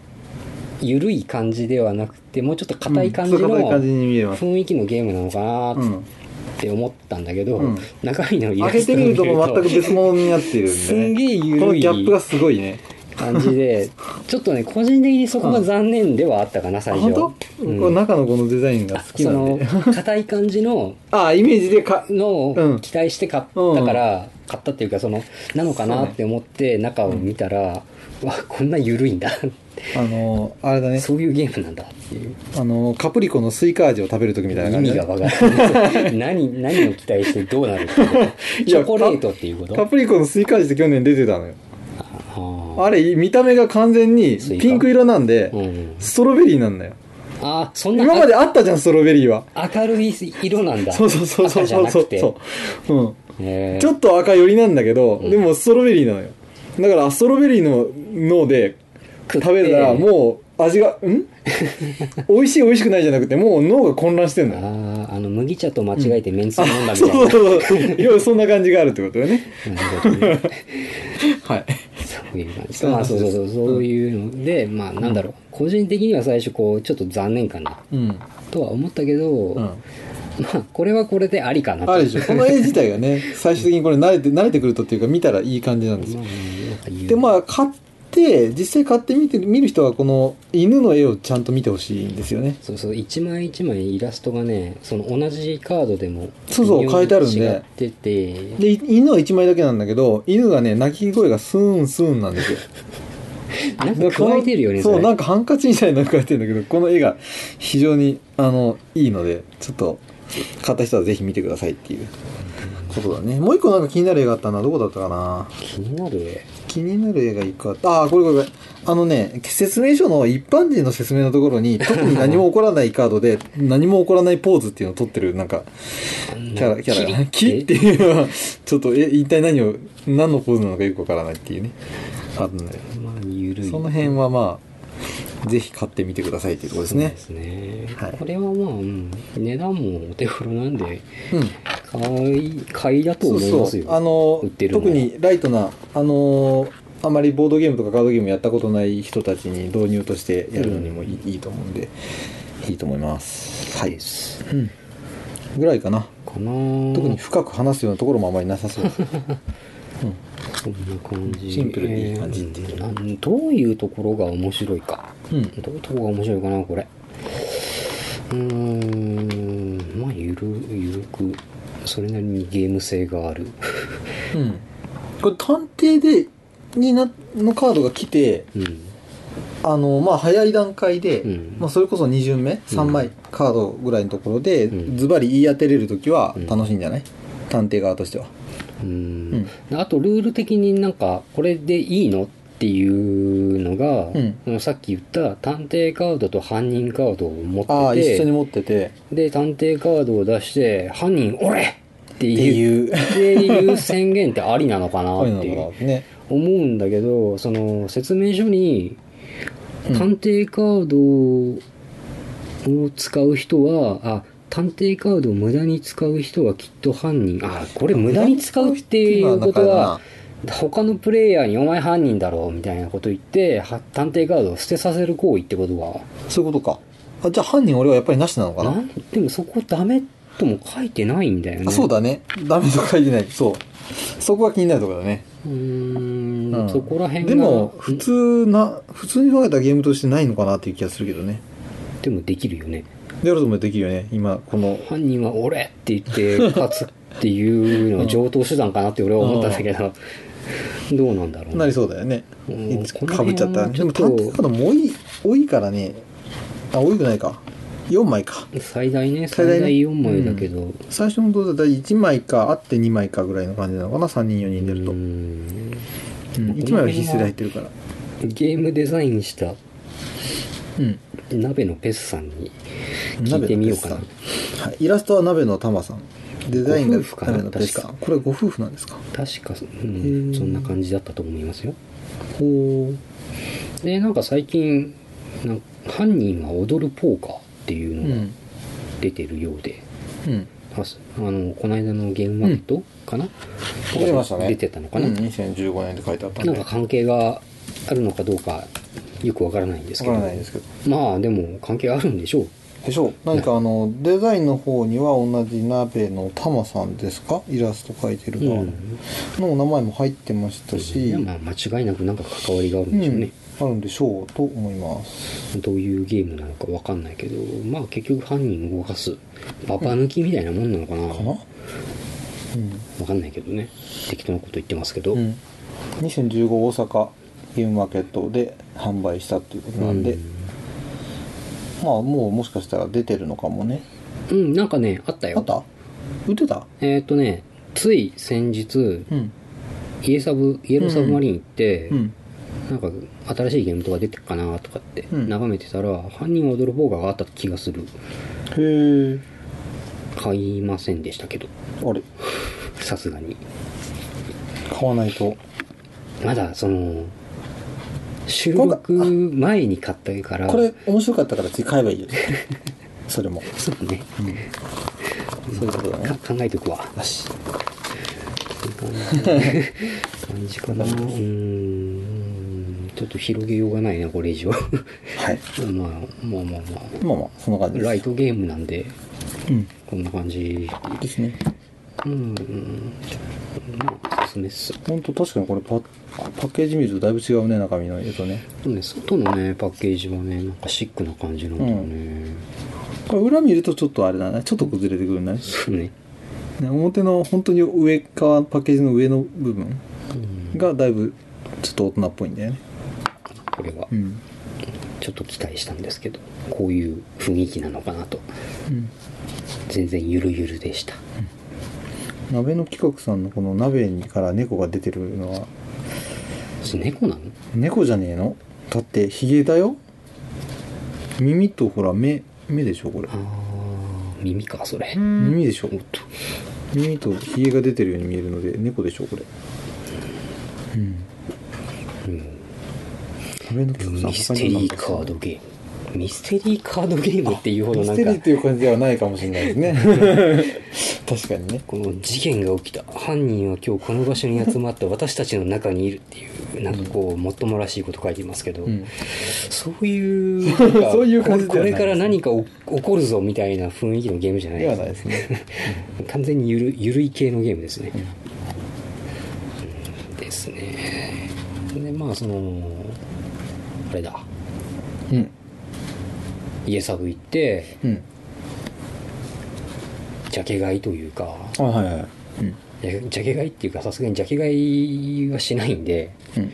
[SPEAKER 2] 緩い感じではなくてもうちょっと硬い感じ
[SPEAKER 3] うん
[SPEAKER 2] の
[SPEAKER 3] そう硬い感じに見えます。
[SPEAKER 2] 雰囲気のゲームなのか
[SPEAKER 3] う
[SPEAKER 2] なっ
[SPEAKER 3] ん。
[SPEAKER 2] て思ったんだけど、
[SPEAKER 3] うん
[SPEAKER 2] 中身のイラ
[SPEAKER 3] 開
[SPEAKER 2] ス
[SPEAKER 3] け
[SPEAKER 2] トを
[SPEAKER 3] てみ
[SPEAKER 2] 見
[SPEAKER 3] る
[SPEAKER 2] ると
[SPEAKER 3] とも全く別物になっているんで、ね。
[SPEAKER 2] すんげえ緩い
[SPEAKER 3] このギャップがすごいね。
[SPEAKER 2] 感じ でちょっとね個人的にそこが残念ではあったかな
[SPEAKER 3] あ
[SPEAKER 2] 最初
[SPEAKER 3] 本当、
[SPEAKER 2] うん
[SPEAKER 3] この中のこのデザインが好き
[SPEAKER 2] そ
[SPEAKER 3] なん
[SPEAKER 2] の
[SPEAKER 3] で。
[SPEAKER 2] 硬い感じの
[SPEAKER 3] あ、イメージ でか、
[SPEAKER 2] の
[SPEAKER 3] う
[SPEAKER 2] を
[SPEAKER 3] ん
[SPEAKER 2] 期待して買ったから、買ったっていうかそのなのかなって思って中を見たら、うわこんな緩いんだ
[SPEAKER 3] あの、あれだね。
[SPEAKER 2] そういうゲームなんだっていう
[SPEAKER 3] あの、カプリコのスイカ味を食べるときみたいな
[SPEAKER 2] 意
[SPEAKER 3] 感じ、
[SPEAKER 2] 味が分からない 何何を期待してどうなるってこと
[SPEAKER 3] い
[SPEAKER 2] チ
[SPEAKER 3] や
[SPEAKER 2] ョコレートっていうこと
[SPEAKER 3] カプリコのスイカ味って去年出てたのよ。
[SPEAKER 2] ああ
[SPEAKER 3] あれ、見た目が完全に
[SPEAKER 2] スイカ
[SPEAKER 3] ピンク色なんで、
[SPEAKER 2] うん、
[SPEAKER 3] ストロベリーなんだよ。
[SPEAKER 2] あそんな
[SPEAKER 3] 今まであったじゃん、ストロベリーは。
[SPEAKER 2] 明るい色なんだ
[SPEAKER 3] そうそうそうそう
[SPEAKER 2] 赤じゃ
[SPEAKER 3] そう
[SPEAKER 2] な
[SPEAKER 3] そ
[SPEAKER 2] く
[SPEAKER 3] う
[SPEAKER 2] て
[SPEAKER 3] う。うん。
[SPEAKER 2] へー
[SPEAKER 3] ちょっと赤寄りなんだけど、
[SPEAKER 2] うん
[SPEAKER 3] でもストロベリーなのよ。だから、ストロベリーの脳で
[SPEAKER 2] 食って
[SPEAKER 3] 食べたら、もう味が、 ん美味しい美味しくないじゃなくて、もう脳が混乱してんのよ。
[SPEAKER 2] あああの麦茶と間違えてめんつゆ飲んだみたいな
[SPEAKER 3] そうそうそう。要はそんな感じがあるってことよね。
[SPEAKER 2] なるほどね
[SPEAKER 3] はい。
[SPEAKER 2] そういう感じまあそうそうそうそういうのでまあなんだろう個人的には最初こうちょっと残念かな
[SPEAKER 3] うん。
[SPEAKER 2] とは思ったけど、
[SPEAKER 3] うん。
[SPEAKER 2] まあこれはこれでありかなと
[SPEAKER 3] あるでしょ。この絵自体がね、最終的にこれ慣れて、慣れてくるとっていうか見たらいい感じなんですよ。
[SPEAKER 2] まあなんか言う
[SPEAKER 3] で、まあ、買って、実際買ってみて、見る人はこの犬の絵をちゃんと見てほしいんですよね。
[SPEAKER 2] そうそう一枚一枚イラストがねその同じカードでも
[SPEAKER 3] そうそう
[SPEAKER 2] 微妙に
[SPEAKER 3] 書いてあるんで
[SPEAKER 2] 違ってて
[SPEAKER 3] で、い犬は1枚だけなんだけど、犬がね、鳴き声がスーンスーンなんですよ。
[SPEAKER 2] なんか加えてるよね
[SPEAKER 3] そう、
[SPEAKER 2] れ
[SPEAKER 3] なんかハンカチみたいなの加えてるんだけど、この絵が非常に、あの、いいので、ちょっと、買った人はぜひ見てくださいっていうことだね。もう一個なんか気になる絵があったな。どこだったかな
[SPEAKER 2] 気になる絵
[SPEAKER 3] 気になる映画一個あった。あー、これこれこれ。あのね、説明書の一般人の説明のところ に、特に何も起こらないカードで、何も起こらないポーズっていうのを取ってる、なんか、キャラ、キャラが、キっていうのは、ちょっと、え、一体何を、何のポーズなのかよくわからないっていうね。あるんだよ。
[SPEAKER 2] まあゆるい
[SPEAKER 3] その辺はまあ、ぜひ買ってみてくださいっていうところです
[SPEAKER 2] そう
[SPEAKER 3] ね
[SPEAKER 2] で。すね、
[SPEAKER 3] はい
[SPEAKER 2] これはまあ、うん値段もお手頃なんで
[SPEAKER 3] うん。
[SPEAKER 2] 買い買いだと思いますよ
[SPEAKER 3] あの
[SPEAKER 2] 売ってるの
[SPEAKER 3] 特にライトなあのあまりボードゲームとかカードゲームやったことない人たちに導入としてやるのにもいい,、いいと思うんでいいと思いますはい
[SPEAKER 2] です
[SPEAKER 3] うんぐらいかな
[SPEAKER 2] かな
[SPEAKER 3] 特に深く話すようなところもあまりなさそう
[SPEAKER 2] こんな感じ
[SPEAKER 3] シンプルでいい感じっていう
[SPEAKER 2] えーなんどういうところが面白いか
[SPEAKER 3] うん、うん、
[SPEAKER 2] どういうところが面白いかなこれうーんまあゆるゆるくそれなりにゲーム性がある
[SPEAKER 3] これ探偵でになのカードが来て
[SPEAKER 2] うん
[SPEAKER 3] あのまあ早い段階で、
[SPEAKER 2] うん
[SPEAKER 3] まあ、それこそ2巡目3枚カードぐらいのところで、
[SPEAKER 2] うん
[SPEAKER 3] ズバリ言い当てれる時は
[SPEAKER 2] うん
[SPEAKER 3] 楽しいんじゃない、探偵側としては
[SPEAKER 2] うんあとルール的になんかこれでいいのっていうのが、
[SPEAKER 3] うん
[SPEAKER 2] そのさっき言った探偵カードと犯人カードを持
[SPEAKER 3] あ
[SPEAKER 2] っ
[SPEAKER 3] あ
[SPEAKER 2] て
[SPEAKER 3] 一緒に
[SPEAKER 2] て
[SPEAKER 3] 持ってて
[SPEAKER 2] で探偵カードを出して「犯人俺!」って
[SPEAKER 3] っ
[SPEAKER 2] いう
[SPEAKER 3] ていう
[SPEAKER 2] っていう宣言ってありなのかな
[SPEAKER 3] あれ
[SPEAKER 2] っ
[SPEAKER 3] なの
[SPEAKER 2] ていう
[SPEAKER 3] かなね
[SPEAKER 2] 思うんだけどその説明書に
[SPEAKER 3] うん
[SPEAKER 2] 探偵カードを使う人はあ探偵カードを無駄に使う人はきっと犯人あこれ無駄に使うっていうことは他のプレイヤーに「お前犯人だろ」みたいなこと言っては探偵カードを捨てさせる行為ってことは
[SPEAKER 3] そういうことかあじゃあ犯人俺はやっぱりなしなのかな
[SPEAKER 2] なんでもそこダメとも書いてないんだよね
[SPEAKER 3] あそうだねダメとか言えないそうそこが気になるところだね、
[SPEAKER 2] うーん
[SPEAKER 3] うん
[SPEAKER 2] そこら辺が
[SPEAKER 3] でも普通な普通に考えたらゲームとしてないのかなっていう気がするけどね
[SPEAKER 2] でもできるよね
[SPEAKER 3] でやるともできるよね今この
[SPEAKER 2] 犯人は俺って言って勝つっていうのは上等手段かなって俺は思ったんだけど、 どうなんだろう
[SPEAKER 3] な
[SPEAKER 2] ね
[SPEAKER 3] りそうだよね
[SPEAKER 2] うん
[SPEAKER 3] いつ
[SPEAKER 2] この
[SPEAKER 3] かぶっちゃったらねで
[SPEAKER 2] 辺
[SPEAKER 3] も
[SPEAKER 2] はちょっと
[SPEAKER 3] 探偵カードも多い多いからねあ多くないか4枚か
[SPEAKER 2] 最大ね
[SPEAKER 3] 最
[SPEAKER 2] 最
[SPEAKER 3] 大ね
[SPEAKER 2] 大4枚だけど、
[SPEAKER 3] 最初のどうだい1枚かあって2枚かぐらいの感じなのかな3人4人出ると、
[SPEAKER 2] う
[SPEAKER 3] うん
[SPEAKER 2] ん
[SPEAKER 3] 1枚は必須で入ってるから
[SPEAKER 2] ゲームデザインした
[SPEAKER 3] うん
[SPEAKER 2] 鍋のペスさんに聞いてみようかな
[SPEAKER 3] 鍋のペスさんはい、イラストは鍋の玉さんデザインが
[SPEAKER 2] ご夫婦かな
[SPEAKER 3] 鍋のペスさんこれご夫婦なんですか
[SPEAKER 2] 確か、う
[SPEAKER 3] うん
[SPEAKER 2] ん、そんな感じだったと思いますよ
[SPEAKER 3] ほ
[SPEAKER 2] でなんか最近なんか犯人は踊るポーカーっていう
[SPEAKER 3] う
[SPEAKER 2] のが
[SPEAKER 3] ん
[SPEAKER 2] 出てるようで、
[SPEAKER 3] うん
[SPEAKER 2] あすあのこの間のゲームマーケットかな、
[SPEAKER 3] 出てましたね
[SPEAKER 2] 出てたのかな、
[SPEAKER 3] 2015年って書いてあった
[SPEAKER 2] なんか関係があるのかどうかよくわからないんです
[SPEAKER 3] わ
[SPEAKER 2] け
[SPEAKER 3] か
[SPEAKER 2] ど
[SPEAKER 3] らないですけど
[SPEAKER 2] まあでも関係あるんでしょう
[SPEAKER 3] でしょう何かあのデザインの方には同じ鍋のタマさんですかイラスト描いてる側
[SPEAKER 2] うん
[SPEAKER 3] のお名前も入ってました
[SPEAKER 2] い
[SPEAKER 3] し、
[SPEAKER 2] や
[SPEAKER 3] うん
[SPEAKER 2] まあ間違いなくなんか関わりがあるんでしょうね、
[SPEAKER 3] あるんでしょうと思います
[SPEAKER 2] どういうゲームなのかわかんないけどまあ結局犯人を動かすパパ抜きみたいなもんなのかな
[SPEAKER 3] かな
[SPEAKER 2] わ、かんないけどね適当なこと言ってますけど、
[SPEAKER 3] うんうん、2015大阪ゲームマーケットで販売したっていうことなんで、まあもうもしかしたら出てるのかもね
[SPEAKER 2] うん、うんなんかねあったよ
[SPEAKER 3] あった売ってた
[SPEAKER 2] えっ、とねつい先日
[SPEAKER 3] うん
[SPEAKER 2] イエサブイエローサブマリン行って、
[SPEAKER 3] うん
[SPEAKER 2] なんか新しいゲームとか出てるかなとかって
[SPEAKER 3] うん
[SPEAKER 2] 眺めてたら、犯人は踊る方があった気がする
[SPEAKER 3] へえ
[SPEAKER 2] 買いませんでしたけど
[SPEAKER 3] あれ
[SPEAKER 2] さすがに
[SPEAKER 3] 買わないと
[SPEAKER 2] まだその収録前に買ったから
[SPEAKER 3] これ面白かったから次買えばいい よそれも、
[SPEAKER 2] そうね
[SPEAKER 3] そういうことだね
[SPEAKER 2] 考えておくわ
[SPEAKER 3] よし
[SPEAKER 2] 感じか なうーんちょっと広げようがないなこれ以上 ま
[SPEAKER 3] はい
[SPEAKER 2] あまあまあまあ
[SPEAKER 3] まあまあそんな感じです
[SPEAKER 2] ライトゲームなんで
[SPEAKER 3] うん
[SPEAKER 2] こんな感じ
[SPEAKER 3] ですね
[SPEAKER 2] うんうんまあおすすめっす
[SPEAKER 3] 本当確かにこれパパッケージ見るとだいぶ違うね中身の絵とね
[SPEAKER 2] でもね外のねパッケージはねなんかシックな感じなんだよね、
[SPEAKER 3] これ裏見るとちょっとあれだねちょっと崩れてくるね
[SPEAKER 2] そうね
[SPEAKER 3] ね表の本当に上側パッケージの上の部分
[SPEAKER 2] うん
[SPEAKER 3] がだいぶちょっと大人っぽいんだよね
[SPEAKER 2] これは
[SPEAKER 3] うん、
[SPEAKER 2] ちょっと期待したんですけどこういう雰囲気なのかなと
[SPEAKER 3] うん、
[SPEAKER 2] 全然ゆるゆるでした
[SPEAKER 3] 鍋の企画さんのこの鍋にから猫が出てるのは
[SPEAKER 2] それ猫なの
[SPEAKER 3] 猫じゃねえのだってヒゲだよ耳とほら目目でしょこれ
[SPEAKER 2] あー耳かそれ
[SPEAKER 3] 耳でしょ
[SPEAKER 2] おっと
[SPEAKER 3] 耳とヒゲが出てるように見えるので猫でしょこれうん
[SPEAKER 2] うん
[SPEAKER 3] 鍋の企画
[SPEAKER 2] ミ
[SPEAKER 3] さ
[SPEAKER 2] ステ
[SPEAKER 3] ん他
[SPEAKER 2] リ
[SPEAKER 3] に
[SPEAKER 2] ー
[SPEAKER 3] 何か
[SPEAKER 2] カードゲームミステリーカードゲームっていうほど
[SPEAKER 3] ミ
[SPEAKER 2] な
[SPEAKER 3] ス
[SPEAKER 2] ん
[SPEAKER 3] テリー
[SPEAKER 2] か
[SPEAKER 3] っていう感じではないかもしれない ですね確かにね
[SPEAKER 2] この事件が起きた犯人は今日この場所に集まった私たちの中にいるっていうなんかこうもっともらしいこと書いてますけど、
[SPEAKER 3] うん
[SPEAKER 2] そういうなんか
[SPEAKER 3] そういう感じではないですね
[SPEAKER 2] ここれから何かお起こるぞみたいな雰囲気のゲームじゃない
[SPEAKER 3] ではないですね
[SPEAKER 2] 完全にゆるゆるい系のゲームですね、うんですねでまあそのあれだ
[SPEAKER 3] うん
[SPEAKER 2] 家サブ行って
[SPEAKER 3] うん
[SPEAKER 2] ジャケ買いというか
[SPEAKER 3] あはいはいうん
[SPEAKER 2] ジャジャケ買いっていうかさすがにジャケ買いはしないんで
[SPEAKER 3] うん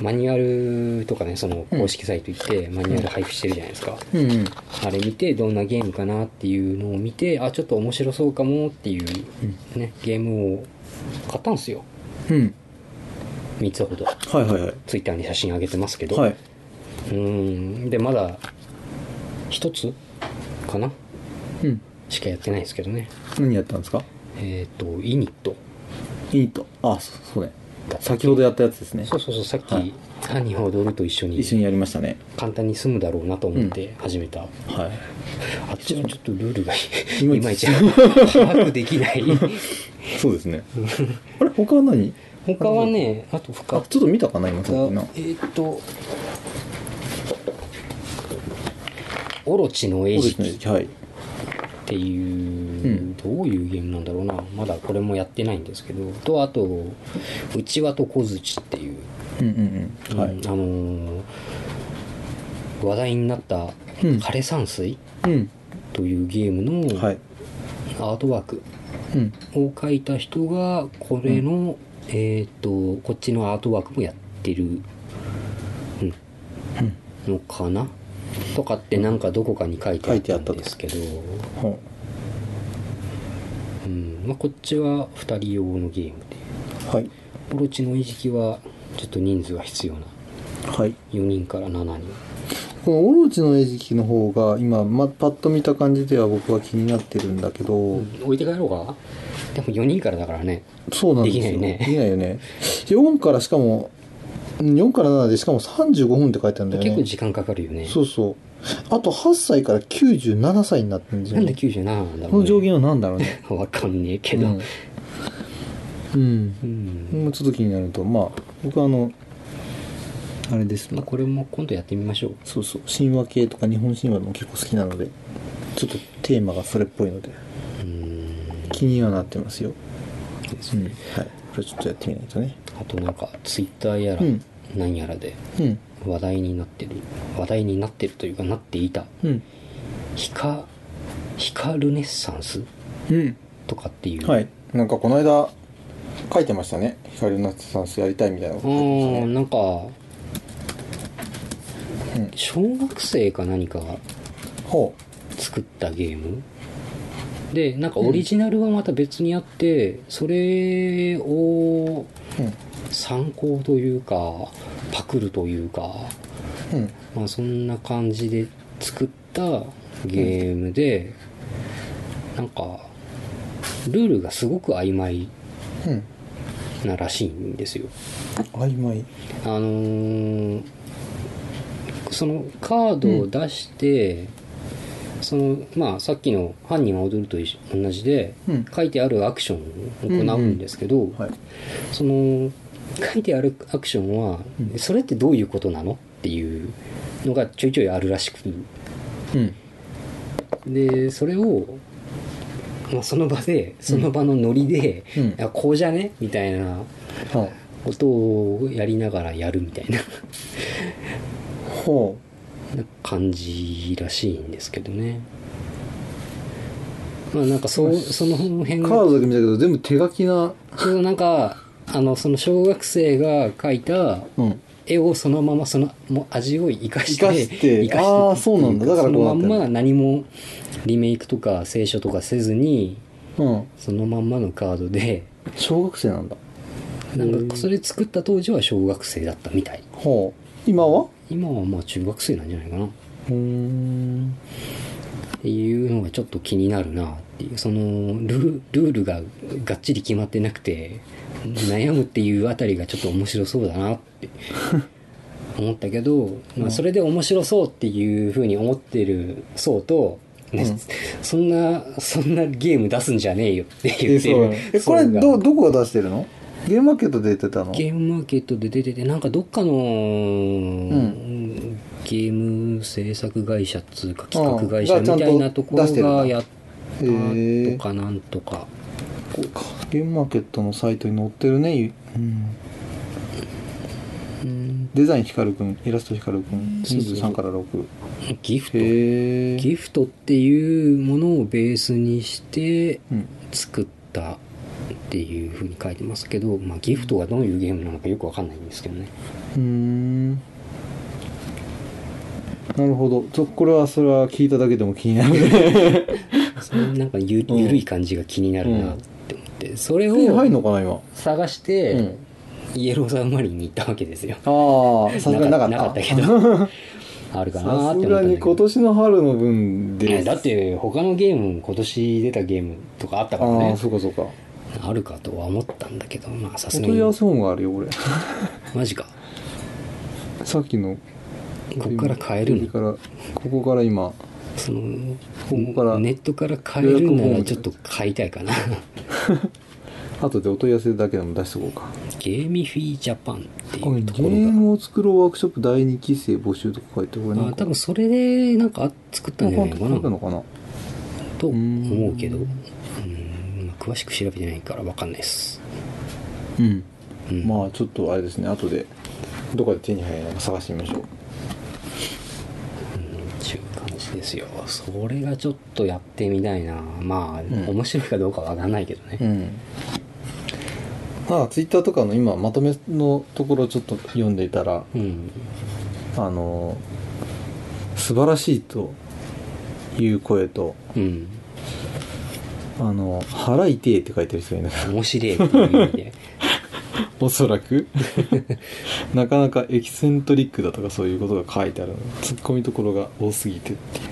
[SPEAKER 2] マニュアルとかねその公式サイト行ってマニュアル配布してるじゃないですか、
[SPEAKER 3] うんうん
[SPEAKER 2] あれ見てどんなゲームかなっていうのを見てあちょっと面白そうかもっていう、ね、ゲームを買ったんですよ
[SPEAKER 3] うん
[SPEAKER 2] 3つほど
[SPEAKER 3] はいはいはい
[SPEAKER 2] ツイッターに写真上げてますけど、
[SPEAKER 3] はいう
[SPEAKER 2] ーんでまだ1つかな
[SPEAKER 3] うん
[SPEAKER 2] しかやってないですけどね
[SPEAKER 3] 何やったんですか
[SPEAKER 2] えっ、とイニット
[SPEAKER 3] いいとあそうそうね先ほどやったやつですね
[SPEAKER 2] そうそうそうさっき、
[SPEAKER 3] はい
[SPEAKER 2] 犯人を踊ると一緒に
[SPEAKER 3] 一緒にやりましたね
[SPEAKER 2] 簡単に済むだろうなと思って始めた、
[SPEAKER 3] はい
[SPEAKER 2] あっちもちょっとルールがい
[SPEAKER 3] いま
[SPEAKER 2] い
[SPEAKER 3] いち
[SPEAKER 2] まいち把握でき ない
[SPEAKER 3] そうですね あれ他は何
[SPEAKER 2] 他はねあと
[SPEAKER 3] あ
[SPEAKER 2] 深
[SPEAKER 3] ちょっと見たかな今さっきな
[SPEAKER 2] えーっと「オロチの
[SPEAKER 3] そう
[SPEAKER 2] 餌
[SPEAKER 3] です
[SPEAKER 2] 食」っ
[SPEAKER 3] ねはい
[SPEAKER 2] ていう
[SPEAKER 3] うん
[SPEAKER 2] どういうゲームなんだろうなまだこれもやってないんですけどとあと「うちわと小槌」っていう、
[SPEAKER 3] うんうんうんはい
[SPEAKER 2] うんあのー話題になった
[SPEAKER 3] うん
[SPEAKER 2] 「枯山水
[SPEAKER 3] うん」
[SPEAKER 2] というゲーム
[SPEAKER 3] は
[SPEAKER 2] の
[SPEAKER 3] い
[SPEAKER 2] アートワーク
[SPEAKER 3] うん
[SPEAKER 2] を描いた人がこれの、えーっとこっちのアートワークもやってる
[SPEAKER 3] うん
[SPEAKER 2] のかなとかってなんかどこかに書い
[SPEAKER 3] 書い
[SPEAKER 2] て
[SPEAKER 3] て
[SPEAKER 2] あ
[SPEAKER 3] あ
[SPEAKER 2] っ
[SPEAKER 3] った
[SPEAKER 2] ん
[SPEAKER 3] たと
[SPEAKER 2] ですけど、
[SPEAKER 3] ほ
[SPEAKER 2] うんまあ、こっちは2人用のゲームで
[SPEAKER 3] うはい
[SPEAKER 2] オロチの餌食はちょっと人数が必要な
[SPEAKER 3] はい
[SPEAKER 2] 4人から7人
[SPEAKER 3] このオロチの餌食の方が今、ま、パッと見た感じでは僕は気になってるんだけど、
[SPEAKER 2] 置いて帰ろうかでも4人からだからね
[SPEAKER 3] そうなんですよ
[SPEAKER 2] できないね
[SPEAKER 3] できないよね4からしかもうん4から7でしかも35分って書いてあるんだよね
[SPEAKER 2] 結構時間かかるよね
[SPEAKER 3] そうそうあと8歳から97歳になってるんです
[SPEAKER 2] な
[SPEAKER 3] よ
[SPEAKER 2] んで
[SPEAKER 3] ね
[SPEAKER 2] 97なんだ
[SPEAKER 3] こ
[SPEAKER 2] ろう、
[SPEAKER 3] の上
[SPEAKER 2] ね、
[SPEAKER 3] 限は何だろう ね
[SPEAKER 2] わかんねえけど、うん
[SPEAKER 3] うん、うんもうちょっと気になるとまあ僕はあのあれです
[SPEAKER 2] まあ、これも今度やってみましょう
[SPEAKER 3] そうそう神話系とか日本神話も結構好きなのでちょっとテーマがそれっぽいので
[SPEAKER 2] うーん
[SPEAKER 3] 気にはなってますよ、
[SPEAKER 2] です
[SPEAKER 3] うん、
[SPEAKER 2] ね
[SPEAKER 3] はいこれちょっとやってみないとね
[SPEAKER 2] あとなんかツイッターやら
[SPEAKER 3] うん
[SPEAKER 2] 何やらで
[SPEAKER 3] うん
[SPEAKER 2] 話題になってる話題になってるというかなっていた
[SPEAKER 3] うん
[SPEAKER 2] ヒカヒカルネッサンス
[SPEAKER 3] うん
[SPEAKER 2] とかっていう、
[SPEAKER 3] はいなんかこの間書いてましたね光の夏さんやりたいみたいなこと
[SPEAKER 2] う
[SPEAKER 3] 書いてま
[SPEAKER 2] ーんなんか
[SPEAKER 3] したね、
[SPEAKER 2] 小学生か何かが
[SPEAKER 3] うん、ほ
[SPEAKER 2] 作ったゲームでなんかオリジナルはまた別にあって、それを
[SPEAKER 3] う
[SPEAKER 2] 参考というかパクるというか、
[SPEAKER 3] うんうん
[SPEAKER 2] まあ、そんな感じで作ったゲームで、なんかルールがすごく曖昧
[SPEAKER 3] うん
[SPEAKER 2] ならしいんですよ
[SPEAKER 3] 曖昧
[SPEAKER 2] あのーそのカードを出して、そのまあさっきの「犯人は踊る」と一緒同じで、
[SPEAKER 3] うん
[SPEAKER 2] 書いてあるアクションを行うんですけど、
[SPEAKER 3] はい
[SPEAKER 2] その書いてあるアクションは、
[SPEAKER 3] うん
[SPEAKER 2] それってどういうことなのっていうのがちょいちょいあるらしく
[SPEAKER 3] うん
[SPEAKER 2] でそれを、まあ、その場でその場のノリで、
[SPEAKER 3] うん
[SPEAKER 2] いやこうじゃねみたいな
[SPEAKER 3] はい
[SPEAKER 2] ことをやりながらやるみたい な。
[SPEAKER 3] ほ
[SPEAKER 2] な感じらしいんですけどねまあなんかそうその辺
[SPEAKER 3] う
[SPEAKER 2] が
[SPEAKER 3] カードだけ見たけど全部手書きな
[SPEAKER 2] ちょうどなんかあのその小学生が描いた
[SPEAKER 3] うん
[SPEAKER 2] 絵をそのままそのもう味を生かして
[SPEAKER 3] 生かして
[SPEAKER 2] 生か
[SPEAKER 3] あーそうなんだだから
[SPEAKER 2] その
[SPEAKER 3] こうな
[SPEAKER 2] ま
[SPEAKER 3] って
[SPEAKER 2] ん
[SPEAKER 3] る
[SPEAKER 2] ま何もリメイクとか聖書とかせずに
[SPEAKER 3] うん
[SPEAKER 2] そのまんまのカードで
[SPEAKER 3] 小学生なんだ
[SPEAKER 2] なんかそれ作った当時は小学生だったみたい
[SPEAKER 3] ほう今は
[SPEAKER 2] 今はまあ中学生なんじゃないかな
[SPEAKER 3] うーん
[SPEAKER 2] っていうのがちょっと気になるなっていうそのルールールががっちり決まってなくて悩むっていうあたりがちょっと面白そうだなって 思ったけど、まあ、それで面白そうっていうふうに思ってる層と、ね
[SPEAKER 3] うん
[SPEAKER 2] そんなそんなゲーム出すんじゃねえよって言
[SPEAKER 3] え
[SPEAKER 2] って
[SPEAKER 3] そう
[SPEAKER 2] る
[SPEAKER 3] なのえこれ
[SPEAKER 2] 層が
[SPEAKER 3] どどこが出してるのゲームマーケットで出てたの
[SPEAKER 2] ゲームマーケットで出ててなんかどっかの、
[SPEAKER 3] ん
[SPEAKER 2] ゲーム制作会社っつうか企画会
[SPEAKER 3] う
[SPEAKER 2] 社
[SPEAKER 3] ん
[SPEAKER 2] み
[SPEAKER 3] がちゃんと
[SPEAKER 2] たいなところ
[SPEAKER 3] 出してる
[SPEAKER 2] が
[SPEAKER 3] んだ
[SPEAKER 2] やっ
[SPEAKER 3] へ
[SPEAKER 2] と
[SPEAKER 3] ー
[SPEAKER 2] かなんとか
[SPEAKER 3] こうかゲームマーケットのサイトに載ってるね、うん、
[SPEAKER 2] うん
[SPEAKER 3] デザイン光くんイラスト光くん
[SPEAKER 2] そうそう
[SPEAKER 3] 23から6
[SPEAKER 2] ギフト
[SPEAKER 3] へえ
[SPEAKER 2] ギフトっていうものをベースにして
[SPEAKER 3] うん
[SPEAKER 2] 作ったっていうふうに書いてますけど、まあ、ギフトがどういうゲームなのかよくわかんないんですけどね
[SPEAKER 3] うーんなるほどちょこれはそれは聞いただけでも気になるね
[SPEAKER 2] そのなんかゆ,、
[SPEAKER 3] うん
[SPEAKER 2] ゆるい感じが気になるなって思ってそれ
[SPEAKER 3] 手に 入ん
[SPEAKER 2] を
[SPEAKER 3] のかな今、
[SPEAKER 2] 探して、イエローサウマリンに行ったわけですよ
[SPEAKER 3] ああさすがになかった
[SPEAKER 2] なかったけ どあるかなー
[SPEAKER 3] さ
[SPEAKER 2] って
[SPEAKER 3] す
[SPEAKER 2] 思っ
[SPEAKER 3] が
[SPEAKER 2] たんだけ
[SPEAKER 3] に今
[SPEAKER 2] ど
[SPEAKER 3] 年の春の分
[SPEAKER 2] いや
[SPEAKER 3] で
[SPEAKER 2] だって他のゲーム今年出たゲームとかあったから
[SPEAKER 3] あ
[SPEAKER 2] ね
[SPEAKER 3] あそうかそうか
[SPEAKER 2] あるかとは思ったんだけどまあさ
[SPEAKER 3] お
[SPEAKER 2] すが
[SPEAKER 3] 問い合わ
[SPEAKER 2] に
[SPEAKER 3] せフォームがあるよ俺
[SPEAKER 2] マジか
[SPEAKER 3] さっきの
[SPEAKER 2] ここから買える
[SPEAKER 3] こ
[SPEAKER 2] の
[SPEAKER 3] こからここから今
[SPEAKER 2] その
[SPEAKER 3] ここから
[SPEAKER 2] ネットから買える
[SPEAKER 3] 予約フォ
[SPEAKER 2] な
[SPEAKER 3] ー
[SPEAKER 2] ら
[SPEAKER 3] ム
[SPEAKER 2] ちょっと買いたいかな
[SPEAKER 3] 後でお問い合わせだけでも出しとこうか
[SPEAKER 2] ゲーミフィージャパンってい
[SPEAKER 3] これ
[SPEAKER 2] う
[SPEAKER 3] ゲ
[SPEAKER 2] ところ
[SPEAKER 3] ー
[SPEAKER 2] が
[SPEAKER 3] ムを作ろうワークショップ第2期生募集とか書いてこれな
[SPEAKER 2] あ
[SPEAKER 3] んか
[SPEAKER 2] 多分それでなんか作ったんじゃない
[SPEAKER 3] あ
[SPEAKER 2] の
[SPEAKER 3] こ
[SPEAKER 2] か
[SPEAKER 3] んな
[SPEAKER 2] な
[SPEAKER 3] の書くのかな
[SPEAKER 2] と思うけど
[SPEAKER 3] う
[SPEAKER 2] うんん、まあ詳しく調べてないから分かんないです、
[SPEAKER 3] うん
[SPEAKER 2] うん
[SPEAKER 3] まあちょっとあれですね後でどこで手に入るのか探してみましょう
[SPEAKER 2] ちゅう感じですよそれがちょっとやってみたいなまあ、
[SPEAKER 3] ん
[SPEAKER 2] 面白いかどうかわかんないけどね、
[SPEAKER 3] うんまあツイッターとかの今まとめのところをちょっと読んでいたら
[SPEAKER 2] うん、
[SPEAKER 3] あの素晴らしいという声と
[SPEAKER 2] うん、
[SPEAKER 3] あの腹痛えって書いてる人がいる
[SPEAKER 2] 面白いっていう意味で
[SPEAKER 3] おそらく なかなかエキセントリックだとかそういうことが書いてあるのツッコミどころが多すぎてっていう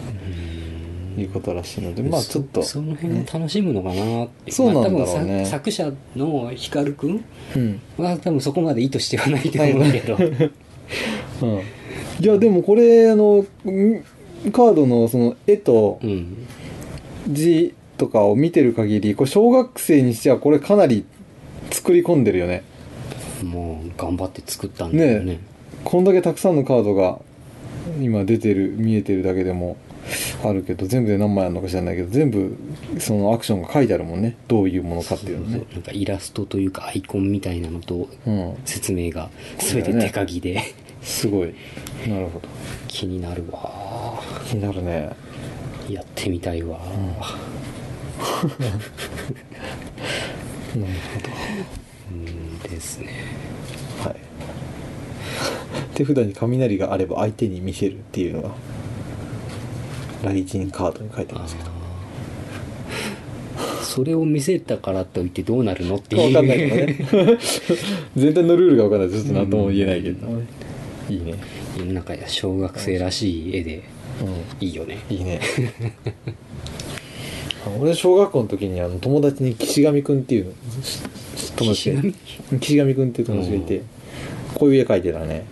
[SPEAKER 3] いうことらしいの でまあちょっと
[SPEAKER 2] そその辺を楽しむのかなって、
[SPEAKER 3] そうなんだろうね
[SPEAKER 2] まあ多分さ作者の光くん
[SPEAKER 3] うん
[SPEAKER 2] は多分そこまで意図してはないと思うけ ど、
[SPEAKER 3] うん、いやでもこれあのんカードのその絵と
[SPEAKER 2] うん
[SPEAKER 3] 字とかを見てる限りこれ小学生にしてはこれかなり作り込んでるよね
[SPEAKER 2] もう頑張って作ったんだよね
[SPEAKER 3] ねこんだけたくさんのカードが今出てる見えてるだけでもあるけど全部で何枚あるのか知らないけど全部そのアクションが書いてあるもんねどういうものかっていうのね
[SPEAKER 2] なんかイラストというかアイコンみたいなのと
[SPEAKER 3] うん
[SPEAKER 2] 説明が
[SPEAKER 3] そ
[SPEAKER 2] 全
[SPEAKER 3] うだ
[SPEAKER 2] て
[SPEAKER 3] ね
[SPEAKER 2] 手書きで、
[SPEAKER 3] すごいなるほど
[SPEAKER 2] 気になるわ
[SPEAKER 3] 気になるね
[SPEAKER 2] やってみたいわ、
[SPEAKER 3] なる
[SPEAKER 2] うんですね
[SPEAKER 3] ほどはい 手札に雷があれば相手に見せるっていうのが雷神カードに書いてますけど
[SPEAKER 2] それを見せたからといってどうなるのっていう
[SPEAKER 3] 分かんないけどね 全体のルールが分かんないちょっと何とも言えないけど、いいね
[SPEAKER 2] なんか小学生らしい絵で
[SPEAKER 3] う
[SPEAKER 2] いいよね
[SPEAKER 3] んいいね あ俺小学校の時にあの友達に岸上くんっていう友達が
[SPEAKER 2] 岸
[SPEAKER 3] 岸上くんっていう友達がいて、こういう絵描いてた ね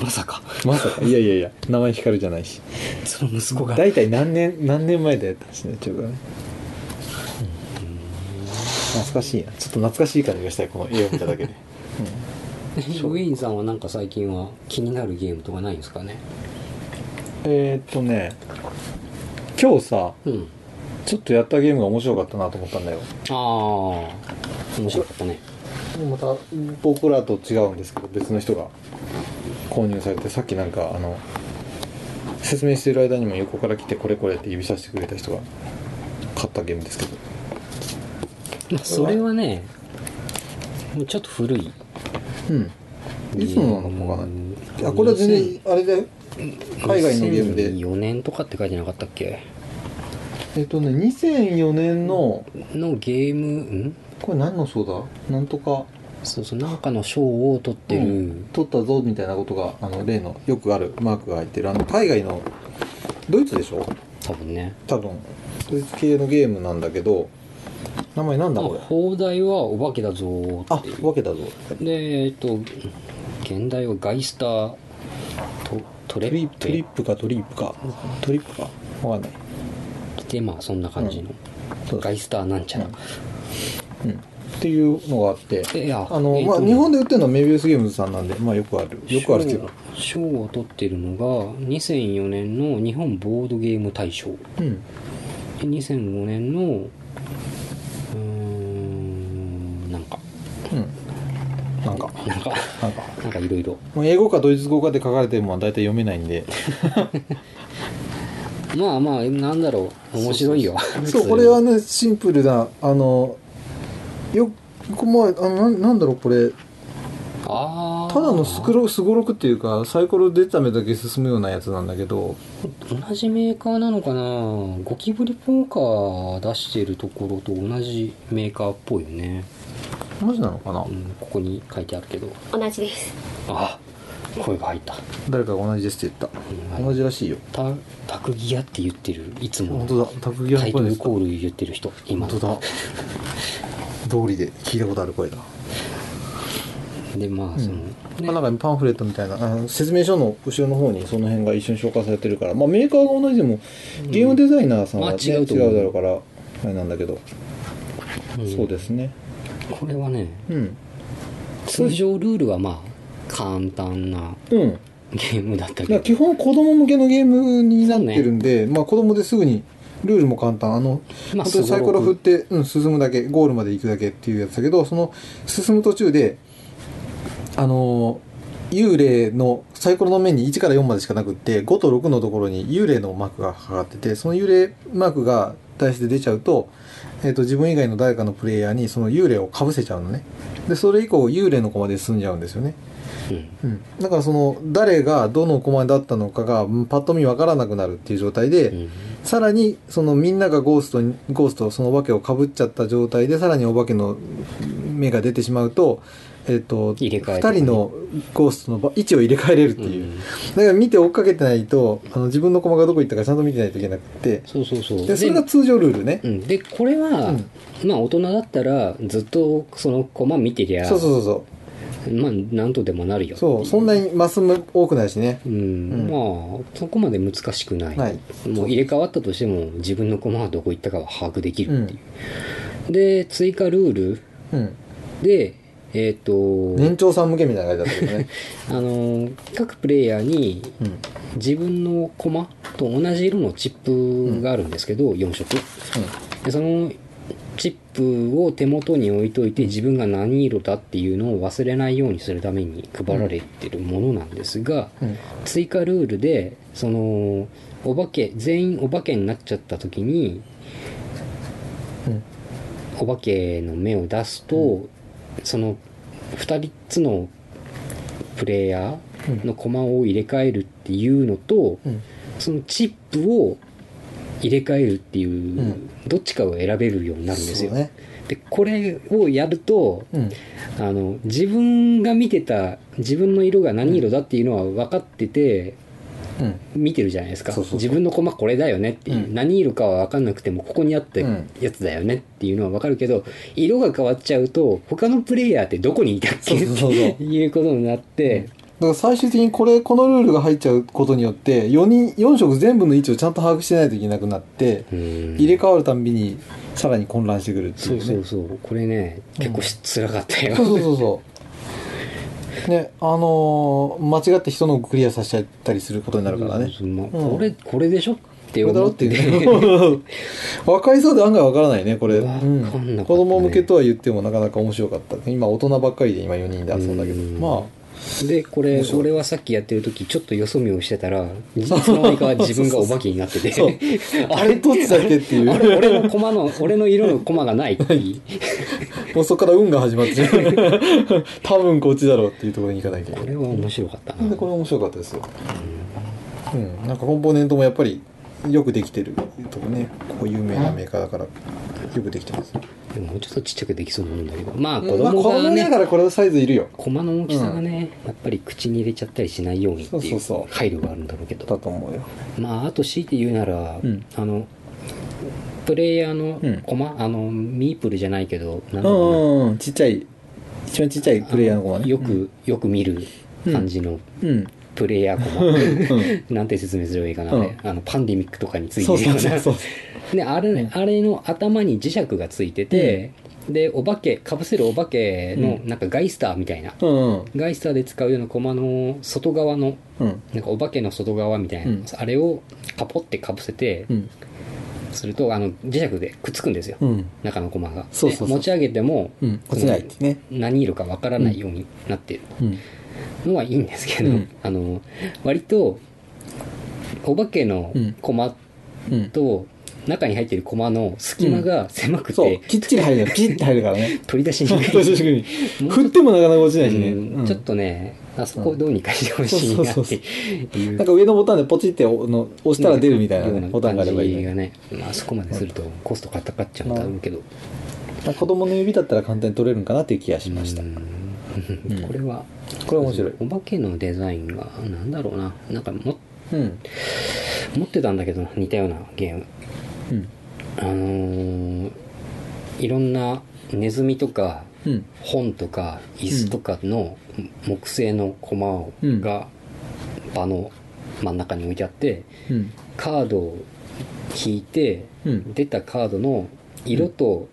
[SPEAKER 2] まさか
[SPEAKER 3] まさかいやいやいや名前光るじゃないし
[SPEAKER 2] その息子が
[SPEAKER 3] 大体何年何年前だやったんですねちょうどね、懐かしいなちょっと懐かしい感じがしたいこの絵を見ただ けで、
[SPEAKER 2] 職員さんはなんか最近は気になるゲームとかないんですかね
[SPEAKER 3] えーっとね今日さ
[SPEAKER 2] うん
[SPEAKER 3] ちょっとやったゲームが面白かったなと思ったんだよ
[SPEAKER 2] ああ面白かったね
[SPEAKER 3] また僕らと違うんですけど別の人が購入されてさっきなんかあの説明してる間にも横から来てこれこれって指さしてくれた人が買ったゲームですけど
[SPEAKER 2] まあそれはねもうちょっと古い
[SPEAKER 3] うんいつのなのかわかんないあこれは全然あれで海外のゲームで
[SPEAKER 2] 4年とかって書いてなかったっけ
[SPEAKER 3] えっとね2004年の
[SPEAKER 2] のゲームん
[SPEAKER 3] これ何の賞だなんとか
[SPEAKER 2] そうそうなんかの賞を取ってる、
[SPEAKER 3] うん取ったぞみたいなことがあの例のよくあるマークが入ってるあの海外のドイツでしょ
[SPEAKER 2] 多分ね
[SPEAKER 3] 多分ドイツ系のゲームなんだけど名前なんだこれ
[SPEAKER 2] 放題はお化けだぞー
[SPEAKER 3] あ
[SPEAKER 2] っていう
[SPEAKER 3] わけだぞ
[SPEAKER 2] でえっと現代はガイスタートトレ
[SPEAKER 3] トリトリップかトリップかトリップかわかんない
[SPEAKER 2] でまあそんな感じの、
[SPEAKER 3] そう
[SPEAKER 2] ガイスターなんちゃら、
[SPEAKER 3] うんうん、っていうのがあって
[SPEAKER 2] えいや
[SPEAKER 3] あの、まあ、日本で売ってるのはメビウスゲームズさんなんで、まあ、よくあるよくあるっていうか
[SPEAKER 2] 賞を取ってるのが2004年の日本ボードゲーム大賞
[SPEAKER 3] うん
[SPEAKER 2] で2005年のうーんなんか
[SPEAKER 3] うんなんか
[SPEAKER 2] なんか
[SPEAKER 3] なんか
[SPEAKER 2] なんかいろいろ
[SPEAKER 3] もう英語かドイツ語かで書かれてるものは大体読めない んで
[SPEAKER 2] まあまあなんだろう面白いよ
[SPEAKER 3] そうこれはねシンプルなあのよまああのなんなんだろうこれ
[SPEAKER 2] ああ
[SPEAKER 3] ただのスクロスゴロクっていうかサイコロ出た目だけ進むようなやつなんだけど
[SPEAKER 2] 同じメーカーなのかなゴキブリポーカー出してるところと同じメーカーっぽいよね、
[SPEAKER 3] マジなのかな、
[SPEAKER 2] うん、ここに書いてあるけど
[SPEAKER 1] 同じです
[SPEAKER 2] あ声が入った
[SPEAKER 3] 誰かが同じですって言った、
[SPEAKER 2] うん
[SPEAKER 3] 同じらしいよ
[SPEAKER 2] たタクギアって言ってるいつも
[SPEAKER 3] 本
[SPEAKER 2] の
[SPEAKER 3] 当だタクギア
[SPEAKER 2] タ
[SPEAKER 3] の
[SPEAKER 2] イト
[SPEAKER 3] 声で
[SPEAKER 2] ル
[SPEAKER 3] す
[SPEAKER 2] コール言ってる人今
[SPEAKER 3] 本当だ道理で聞いたことある声だ、
[SPEAKER 2] でまあその、ね
[SPEAKER 3] まあなんかパンフレットみたいなあの説明書の後ろの方にその辺が一緒に紹介されてるから、まあ、メーカーが同じでもゲームデザイナーさんは、ね
[SPEAKER 2] まあ違うと思う
[SPEAKER 3] だろうからあれなんだけど、
[SPEAKER 2] うん
[SPEAKER 3] そうですね
[SPEAKER 2] これはね
[SPEAKER 3] うん
[SPEAKER 2] 通常ルールはまあ簡単な
[SPEAKER 3] うんだ
[SPEAKER 2] ゲームだった
[SPEAKER 3] から
[SPEAKER 2] け
[SPEAKER 3] 基
[SPEAKER 2] ど
[SPEAKER 3] 本子供向けのゲームになってるんで、まあ子供ですぐにルールも簡単あの
[SPEAKER 2] まあ
[SPEAKER 3] 本当にサイコロ振っ
[SPEAKER 2] ス
[SPEAKER 3] て、うん、進むだけゴールまで行くだけっていうやつだけどその進む途中であのー幽霊のサイコロの面に1から4までしかなくって5と6のところに幽霊のマークがかかっててその幽霊マークが対して出ちゃうと,、えー、と自分以外の誰かのプレイヤーにその幽霊をかぶせちゃうのねでそれ以降幽霊の子まで進んじゃうんですよね
[SPEAKER 2] うん
[SPEAKER 3] うん、だからその誰がどの駒だったのかがうんパッと見わからなくなるっていう状態で、
[SPEAKER 2] うん
[SPEAKER 3] さらにそのみんながゴーストにゴーストそのお化けをかぶっちゃった状態でさらにお化けの目が出てしまうと,、えっと
[SPEAKER 2] 入れ替えとか
[SPEAKER 3] 2
[SPEAKER 2] ね
[SPEAKER 3] 人のゴーストのば位置を入れ替えれるっていう、
[SPEAKER 2] うん
[SPEAKER 3] だから見て追っかけてないとあの自分の駒がどこ行ったかちゃんと見てないといけなくて
[SPEAKER 2] そうそうそう
[SPEAKER 3] でそれが通常ルールね
[SPEAKER 2] う、ん、でこれは、
[SPEAKER 3] うん
[SPEAKER 2] まあ大人だったらずっとその駒見てりゃ
[SPEAKER 3] そうそうそうそ
[SPEAKER 2] まあ何とでもなるよ
[SPEAKER 3] うそうそんなにマスも多くないしね
[SPEAKER 2] うん、まあそこまで難しくない、
[SPEAKER 3] ない
[SPEAKER 2] もう入れ替わったとしても自分の駒はどこ行ったかは把握できるっていう、で追加ルール
[SPEAKER 3] うん
[SPEAKER 2] でえっ、と、
[SPEAKER 3] 年長さん向けみたいな感じだったけど ね。
[SPEAKER 2] あのー各プレイヤーに
[SPEAKER 3] うん。
[SPEAKER 2] 自分の駒と同じ色のチップがあるんですけど、4色。でそのチップを手元に置いといて自分が何色だっていうのを忘れないようにするために配られてるものなんですが、
[SPEAKER 3] うん。うん。
[SPEAKER 2] 追加ルールでそのお化け全員お化けになっちゃった時に
[SPEAKER 3] うん。
[SPEAKER 2] お化けの目を出すと、その2つのプレイヤーの駒を入れ替えるっていうのと、
[SPEAKER 3] うん。
[SPEAKER 2] そのチップを入れ替えるっていう、
[SPEAKER 3] ん
[SPEAKER 2] どっちかを選べるようになるんですよ。
[SPEAKER 3] そうね。
[SPEAKER 2] でこれをやると
[SPEAKER 3] うん。
[SPEAKER 2] あの自分が見てた自分の色が何色だっていうのは分かってて
[SPEAKER 3] うん。
[SPEAKER 2] 見てるじゃないですか
[SPEAKER 3] そうそうそう
[SPEAKER 2] 自分の駒これだよねっていう、
[SPEAKER 3] うん
[SPEAKER 2] 何色かは分かんなくてもここにあった
[SPEAKER 3] うん
[SPEAKER 2] やつだよねっていうのは分かるけど色が変わっちゃうと他のプレイヤーってどこにいたっけ
[SPEAKER 3] そうそうそうそう
[SPEAKER 2] っていうことになって、
[SPEAKER 3] だから最終的にこれこのルールが入っちゃうことによって4人4色全部の位置をちゃんと把握してないといけなくなって、
[SPEAKER 2] うん
[SPEAKER 3] 入れ替わるたんびにさらに混乱してくるってい
[SPEAKER 2] そうう
[SPEAKER 3] ね
[SPEAKER 2] そうそうこれね結構しつらかったよ、
[SPEAKER 3] そうそうそうそうねあのー間違って人のをクリアさせちゃったりすることになるからね
[SPEAKER 2] そうまあ
[SPEAKER 3] うん
[SPEAKER 2] これこれでしょって
[SPEAKER 3] これだろ
[SPEAKER 2] 思
[SPEAKER 3] っ
[SPEAKER 2] っててて
[SPEAKER 3] いうね 分かりそうで案外分からないねこれ、
[SPEAKER 2] わかんなかったね
[SPEAKER 3] うん子供向けとは言ってもなかなか面白かった今大人ばっかりで今4人で遊んだけど
[SPEAKER 2] うん
[SPEAKER 3] まあ
[SPEAKER 2] でこれ
[SPEAKER 3] 面白い
[SPEAKER 2] 俺はさっきやってる時ちょっとよそ見をしてたらいつの間にか自分がお化けになってて
[SPEAKER 3] そうあれどっちだっけっていう
[SPEAKER 2] あれ俺の駒の俺の色の駒がないっていう
[SPEAKER 3] もうそこから運が始まってる多分こっちだろうっていうところに行かなきゃいけ
[SPEAKER 2] こ
[SPEAKER 3] ない
[SPEAKER 2] れは面白かったな
[SPEAKER 3] でこれ面白かったですようんなんかコンポーネントもやっぱりよくできてるとこねここ有名なメーカーだからよくできてます
[SPEAKER 2] でももうちょっとちっちゃくできそうなもんだけどまあ子
[SPEAKER 3] まあ
[SPEAKER 2] 供
[SPEAKER 3] 子供
[SPEAKER 2] が
[SPEAKER 3] だ
[SPEAKER 2] ね
[SPEAKER 3] からこれのサイズいるよ
[SPEAKER 2] 駒の大きさがね、やっぱり口に入れちゃったりしないようにってい
[SPEAKER 3] そう
[SPEAKER 2] う
[SPEAKER 3] そうそう
[SPEAKER 2] 配慮があるんだろうけど
[SPEAKER 3] だと思うよ
[SPEAKER 2] まああと強いて言うなら、
[SPEAKER 3] うん
[SPEAKER 2] あのプレイヤーの
[SPEAKER 3] うん
[SPEAKER 2] 駒、あのミープルじゃないけどなんだ
[SPEAKER 3] う
[SPEAKER 2] ろうなん
[SPEAKER 3] うんちっちゃい一番ちっちゃいプレイヤーの子はね
[SPEAKER 2] よくよく見る感じの
[SPEAKER 3] うんうん
[SPEAKER 2] プレイヤー
[SPEAKER 3] うん
[SPEAKER 2] 駒なんて説明すればいいかな、ねあのパンデミックとかについて
[SPEAKER 3] そう
[SPEAKER 2] る
[SPEAKER 3] そ
[SPEAKER 2] よ
[SPEAKER 3] う
[SPEAKER 2] うな
[SPEAKER 3] そうそう
[SPEAKER 2] ね、あれねあれの頭に磁石がついてて、でお化けかぶせるお化けの
[SPEAKER 3] う
[SPEAKER 2] なんかガイスターみたいな、
[SPEAKER 3] うん
[SPEAKER 2] ガイスターで使うような駒の外側の
[SPEAKER 3] うん
[SPEAKER 2] なんかお化けの外側みたいな、
[SPEAKER 3] うん
[SPEAKER 2] あれをカポってかぶせて
[SPEAKER 3] うん
[SPEAKER 2] するとあの磁石でくっつくんですよ、
[SPEAKER 3] うん
[SPEAKER 2] 中の駒が
[SPEAKER 3] そうそうそう
[SPEAKER 2] で持ち上げても
[SPEAKER 3] うん落ちないってね
[SPEAKER 2] 何色かわからないようになってる
[SPEAKER 3] うん
[SPEAKER 2] のはいいんですけど、
[SPEAKER 3] うん
[SPEAKER 2] あの割とお化けの駒
[SPEAKER 3] うん
[SPEAKER 2] と中に入ってる駒の隙間が狭く
[SPEAKER 3] そう
[SPEAKER 2] て
[SPEAKER 3] きっちり入るのピッて入るからね
[SPEAKER 2] 取り出しにくい、
[SPEAKER 3] 確かに振ってもなかなか落ちないしね、
[SPEAKER 2] うん
[SPEAKER 3] うん
[SPEAKER 2] ちょっとねあそこどうにかしてほしい
[SPEAKER 3] うん
[SPEAKER 2] な
[SPEAKER 3] そう
[SPEAKER 2] っ
[SPEAKER 3] そ
[SPEAKER 2] て
[SPEAKER 3] う
[SPEAKER 2] いう
[SPEAKER 3] なんか上のボタンでポチっておの押したら出るみたいなね、ボタンがあればいい
[SPEAKER 2] よう
[SPEAKER 3] ね、
[SPEAKER 2] な感じがねまああそこまでするとコストかかっちゃうんだろうけど
[SPEAKER 3] まあ子供の指だったら簡単に取れるんかなっていう気がしました、
[SPEAKER 2] うん
[SPEAKER 3] うん
[SPEAKER 2] これは
[SPEAKER 3] これ面白い
[SPEAKER 2] お化けのデザインがなんだろうななんかも
[SPEAKER 3] うん
[SPEAKER 2] 持ってたんだけどな似たようなゲーム
[SPEAKER 3] うん
[SPEAKER 2] あのーいろんなネズミとか
[SPEAKER 3] うん
[SPEAKER 2] 本とか椅子とかの木製の駒を
[SPEAKER 3] うん
[SPEAKER 2] が場の真ん中に置いてあって
[SPEAKER 3] うん
[SPEAKER 2] カードを引いて
[SPEAKER 3] うん
[SPEAKER 2] 出たカードの色と、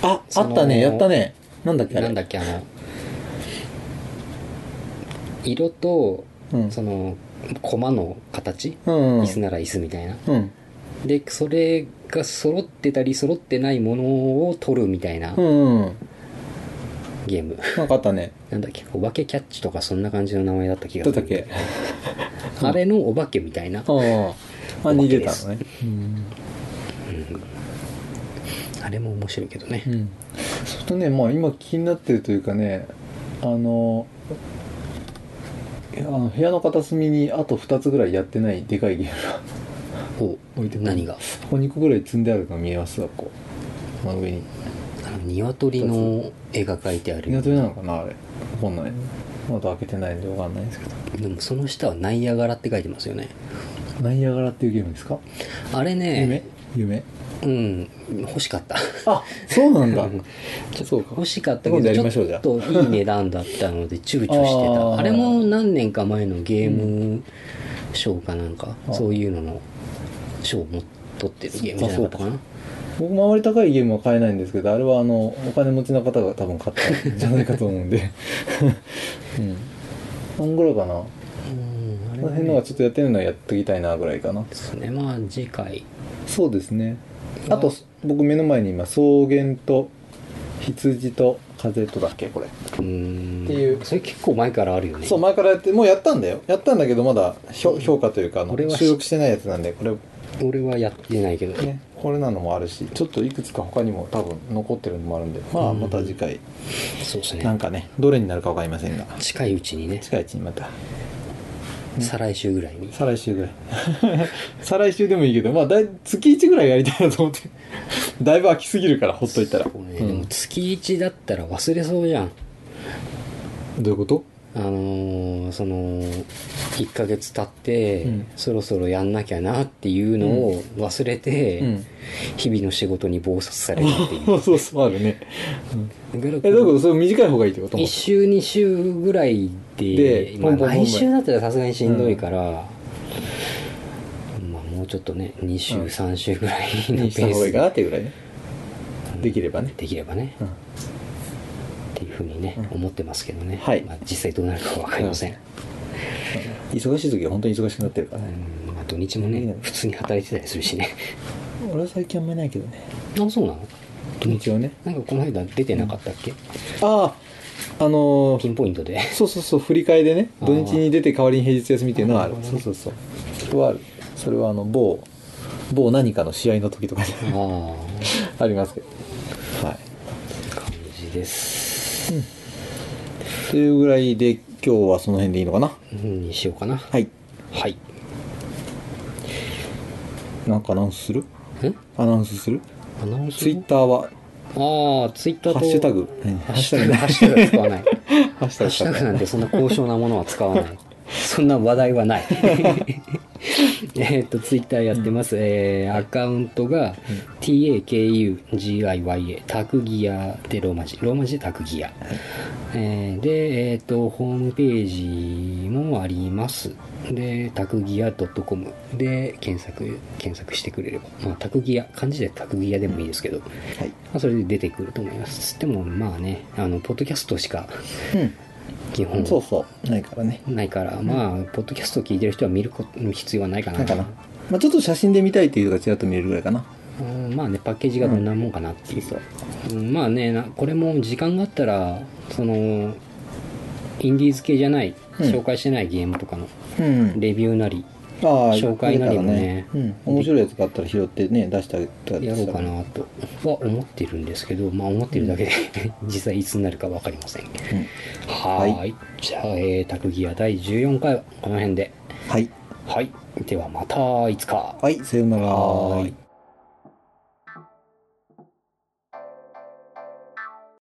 [SPEAKER 3] ああ
[SPEAKER 2] その
[SPEAKER 3] ったねやったねなんだっけあれ
[SPEAKER 2] なんだっけあの色と
[SPEAKER 3] うん
[SPEAKER 2] その駒の形
[SPEAKER 3] うんうん
[SPEAKER 2] 椅子なら椅子みたいな
[SPEAKER 3] うん
[SPEAKER 2] でそれが揃ってたり揃ってないものを取るみたいな
[SPEAKER 3] うんうん
[SPEAKER 2] ゲーム
[SPEAKER 3] なんかあったね
[SPEAKER 2] なんだっけお化けキャッチとかそんな感じの名前だった気が
[SPEAKER 3] ど
[SPEAKER 2] す
[SPEAKER 3] うだ
[SPEAKER 2] る
[SPEAKER 3] っけ
[SPEAKER 2] あれのお化けみたいな
[SPEAKER 3] あああ逃げたのね
[SPEAKER 2] あれも面白いけどね
[SPEAKER 3] うん、うん、それとねまあ今気になってるというかねあのあの部屋の片隅にあと2つぐらいやってないでかいゲームが
[SPEAKER 2] お
[SPEAKER 3] 置いてくる
[SPEAKER 2] 何が
[SPEAKER 3] ここ2個ぐらい積んであるの見えますわこう真上に
[SPEAKER 2] あの鶏の絵が描いてある
[SPEAKER 3] 鶏なのかなあれわかんないまだ開けてないんでわかんないんですけど
[SPEAKER 2] でもその下はナイアガラって書いてますよね
[SPEAKER 3] ナイアガラっていうゲームですか
[SPEAKER 2] あれ
[SPEAKER 3] 夢
[SPEAKER 2] ね
[SPEAKER 3] 夢
[SPEAKER 2] うん欲しか った
[SPEAKER 3] あそうなんだそうか
[SPEAKER 2] 欲しかった
[SPEAKER 3] 今
[SPEAKER 2] け
[SPEAKER 3] 度やり
[SPEAKER 2] ど
[SPEAKER 3] ましょう
[SPEAKER 2] ちょっといい値段だったので躊躇して
[SPEAKER 3] あー
[SPEAKER 2] たあれも何年か前のゲーム賞かなんか、
[SPEAKER 3] うん
[SPEAKER 2] そういうのの賞をも取ってるゲームじゃなかったかな
[SPEAKER 3] 僕もあまり高いゲームは買えないんですけどあれはあのお金持ちの方が多分買ったんじゃないかと思うんでうん何ぐらいかなこ
[SPEAKER 2] うんあれ
[SPEAKER 3] の
[SPEAKER 2] は
[SPEAKER 3] 辺のがちょっとやってるのはやっときたいなぐらいかな
[SPEAKER 2] ですねまあ次回
[SPEAKER 3] そうですねあと僕目の前に今草原と羊と風とだっけこれ
[SPEAKER 2] うん
[SPEAKER 3] っていう
[SPEAKER 2] それ結構前からあるよね
[SPEAKER 3] そう前からやってもうやったんだよやったんだけどまだ評評価というかあの
[SPEAKER 2] これは
[SPEAKER 3] 収録してないやつなんでこれ
[SPEAKER 2] 俺はやってないけど、
[SPEAKER 3] ね、これなのもあるしちょっといくつか他にも多分残ってるのもあるんでまあ
[SPEAKER 2] うん
[SPEAKER 3] また次回
[SPEAKER 2] そうです
[SPEAKER 3] なん
[SPEAKER 2] ね
[SPEAKER 3] かねどれになるか分かりませんが
[SPEAKER 2] 近いうちにね
[SPEAKER 3] 近いうちにまた
[SPEAKER 2] 再来週ぐらいに
[SPEAKER 3] 再来週ぐらい 再来週でもいいけどまあだい月1ぐらいやりたいなと思って だいぶ飽きすぎるからほっといたら、
[SPEAKER 2] そうね
[SPEAKER 3] う
[SPEAKER 2] でも
[SPEAKER 3] ん
[SPEAKER 2] 月一だったら忘れそうじゃん
[SPEAKER 3] どういうこと
[SPEAKER 2] あのーその1ヶ月経って、
[SPEAKER 3] うん
[SPEAKER 2] そろそろやんなきゃなっていうのを忘れて、
[SPEAKER 3] うん
[SPEAKER 2] 日々の仕事に忙殺されるってい
[SPEAKER 3] そうそうあ るね、うん
[SPEAKER 2] うだか
[SPEAKER 3] え
[SPEAKER 2] ら
[SPEAKER 3] どういうことそれ短い方がいいってこと
[SPEAKER 2] 1週2週ぐらいで
[SPEAKER 3] で
[SPEAKER 2] まあ
[SPEAKER 3] ポンポンポンポン
[SPEAKER 2] 毎週だったらさすがにしんどいから、まあ、もうちょっとね2週、
[SPEAKER 3] うん
[SPEAKER 2] 3週ぐらいのペ
[SPEAKER 3] にした
[SPEAKER 2] ー
[SPEAKER 3] 方がい
[SPEAKER 2] ス
[SPEAKER 3] いか
[SPEAKER 2] で
[SPEAKER 3] なっていうぐらいねできればね、
[SPEAKER 2] できればね
[SPEAKER 3] うん
[SPEAKER 2] っていうふうにね、
[SPEAKER 3] うん
[SPEAKER 2] 思ってますけどね、
[SPEAKER 3] はい
[SPEAKER 2] まあ、実際どうなるかわかりません、
[SPEAKER 3] 忙しい時は本当に忙しくなってるから
[SPEAKER 2] う
[SPEAKER 3] ね、
[SPEAKER 2] んまあ、土日も
[SPEAKER 3] いい
[SPEAKER 2] ね
[SPEAKER 3] ね
[SPEAKER 2] 普通に働いてたりするしね
[SPEAKER 3] 俺は最近あんまりないけどね
[SPEAKER 2] あそうなの
[SPEAKER 3] 土日はね
[SPEAKER 2] なんかこの間出てなかったっけ、
[SPEAKER 3] あああのー
[SPEAKER 2] ピンポイントで
[SPEAKER 3] そうそうそう振り替えでね
[SPEAKER 2] あー
[SPEAKER 3] 土日に出て代わりに平日休みっていうのはある
[SPEAKER 2] あー
[SPEAKER 3] そうそうそうそれはあるそれはあの某某何かの試合の時とかに
[SPEAKER 2] ああ
[SPEAKER 3] ありますけどはい
[SPEAKER 2] 感じです
[SPEAKER 3] というぐらいで今日はその辺でいいのかな
[SPEAKER 2] うんにしようかな
[SPEAKER 3] はい
[SPEAKER 2] はい
[SPEAKER 3] なんかアナウンスする
[SPEAKER 2] え
[SPEAKER 3] アナウンスする
[SPEAKER 2] アナウンス
[SPEAKER 3] ツイッターは
[SPEAKER 2] ああツイッター
[SPEAKER 3] ハ
[SPEAKER 2] と
[SPEAKER 3] ッシュタグ
[SPEAKER 2] ハッシュタグハッシュタグは使わない
[SPEAKER 3] ハッシ
[SPEAKER 2] ハッシュタグなんてそんな高尚なものは使わないそんな話題はないえっとツイッターやってます、えーアカウントが TAKUGIYA タクギアでローマ字ローマ字でタクギア、えーでえっ、とホームページもありますでタクギア .com で検索検索してくれれば、まあ、タクギア漢字でタクギアでもいいですけど、
[SPEAKER 3] はい
[SPEAKER 2] まあ、それで出てくると思います。つっても、まあね、あの、ポッドキャストしか基
[SPEAKER 3] う
[SPEAKER 2] 本
[SPEAKER 3] んそうそうないからね
[SPEAKER 2] ないから、まあ、ポッドキャストを聞いてる人は見ること必要はないかな。
[SPEAKER 3] ないかな、まあ、ちょっと写真で見たいっていうのがちらっと見えるぐらいかな
[SPEAKER 2] うんまあね、パッケージがどんなもんかなっていう。
[SPEAKER 3] そう
[SPEAKER 2] うんまあねな、これも時間があったら、その、インディーズ系じゃない、
[SPEAKER 3] うん
[SPEAKER 2] 紹介してないゲームとかの
[SPEAKER 3] うん
[SPEAKER 2] レビューなり
[SPEAKER 3] ああ
[SPEAKER 2] 紹介なりもね
[SPEAKER 3] 出たらうん、面白いやつがあったら拾ってね出してあげたり
[SPEAKER 2] やろ
[SPEAKER 3] し
[SPEAKER 2] う
[SPEAKER 3] た
[SPEAKER 2] からなとは思ってるんですけど、まあ思ってるだけで実際いつになるかわかりません。
[SPEAKER 3] うん
[SPEAKER 2] はーい。じゃあ、えー、タクギア第14回はこの辺で。
[SPEAKER 3] はい
[SPEAKER 2] はい。ではまたいつか。
[SPEAKER 3] はいさようなら
[SPEAKER 2] はーい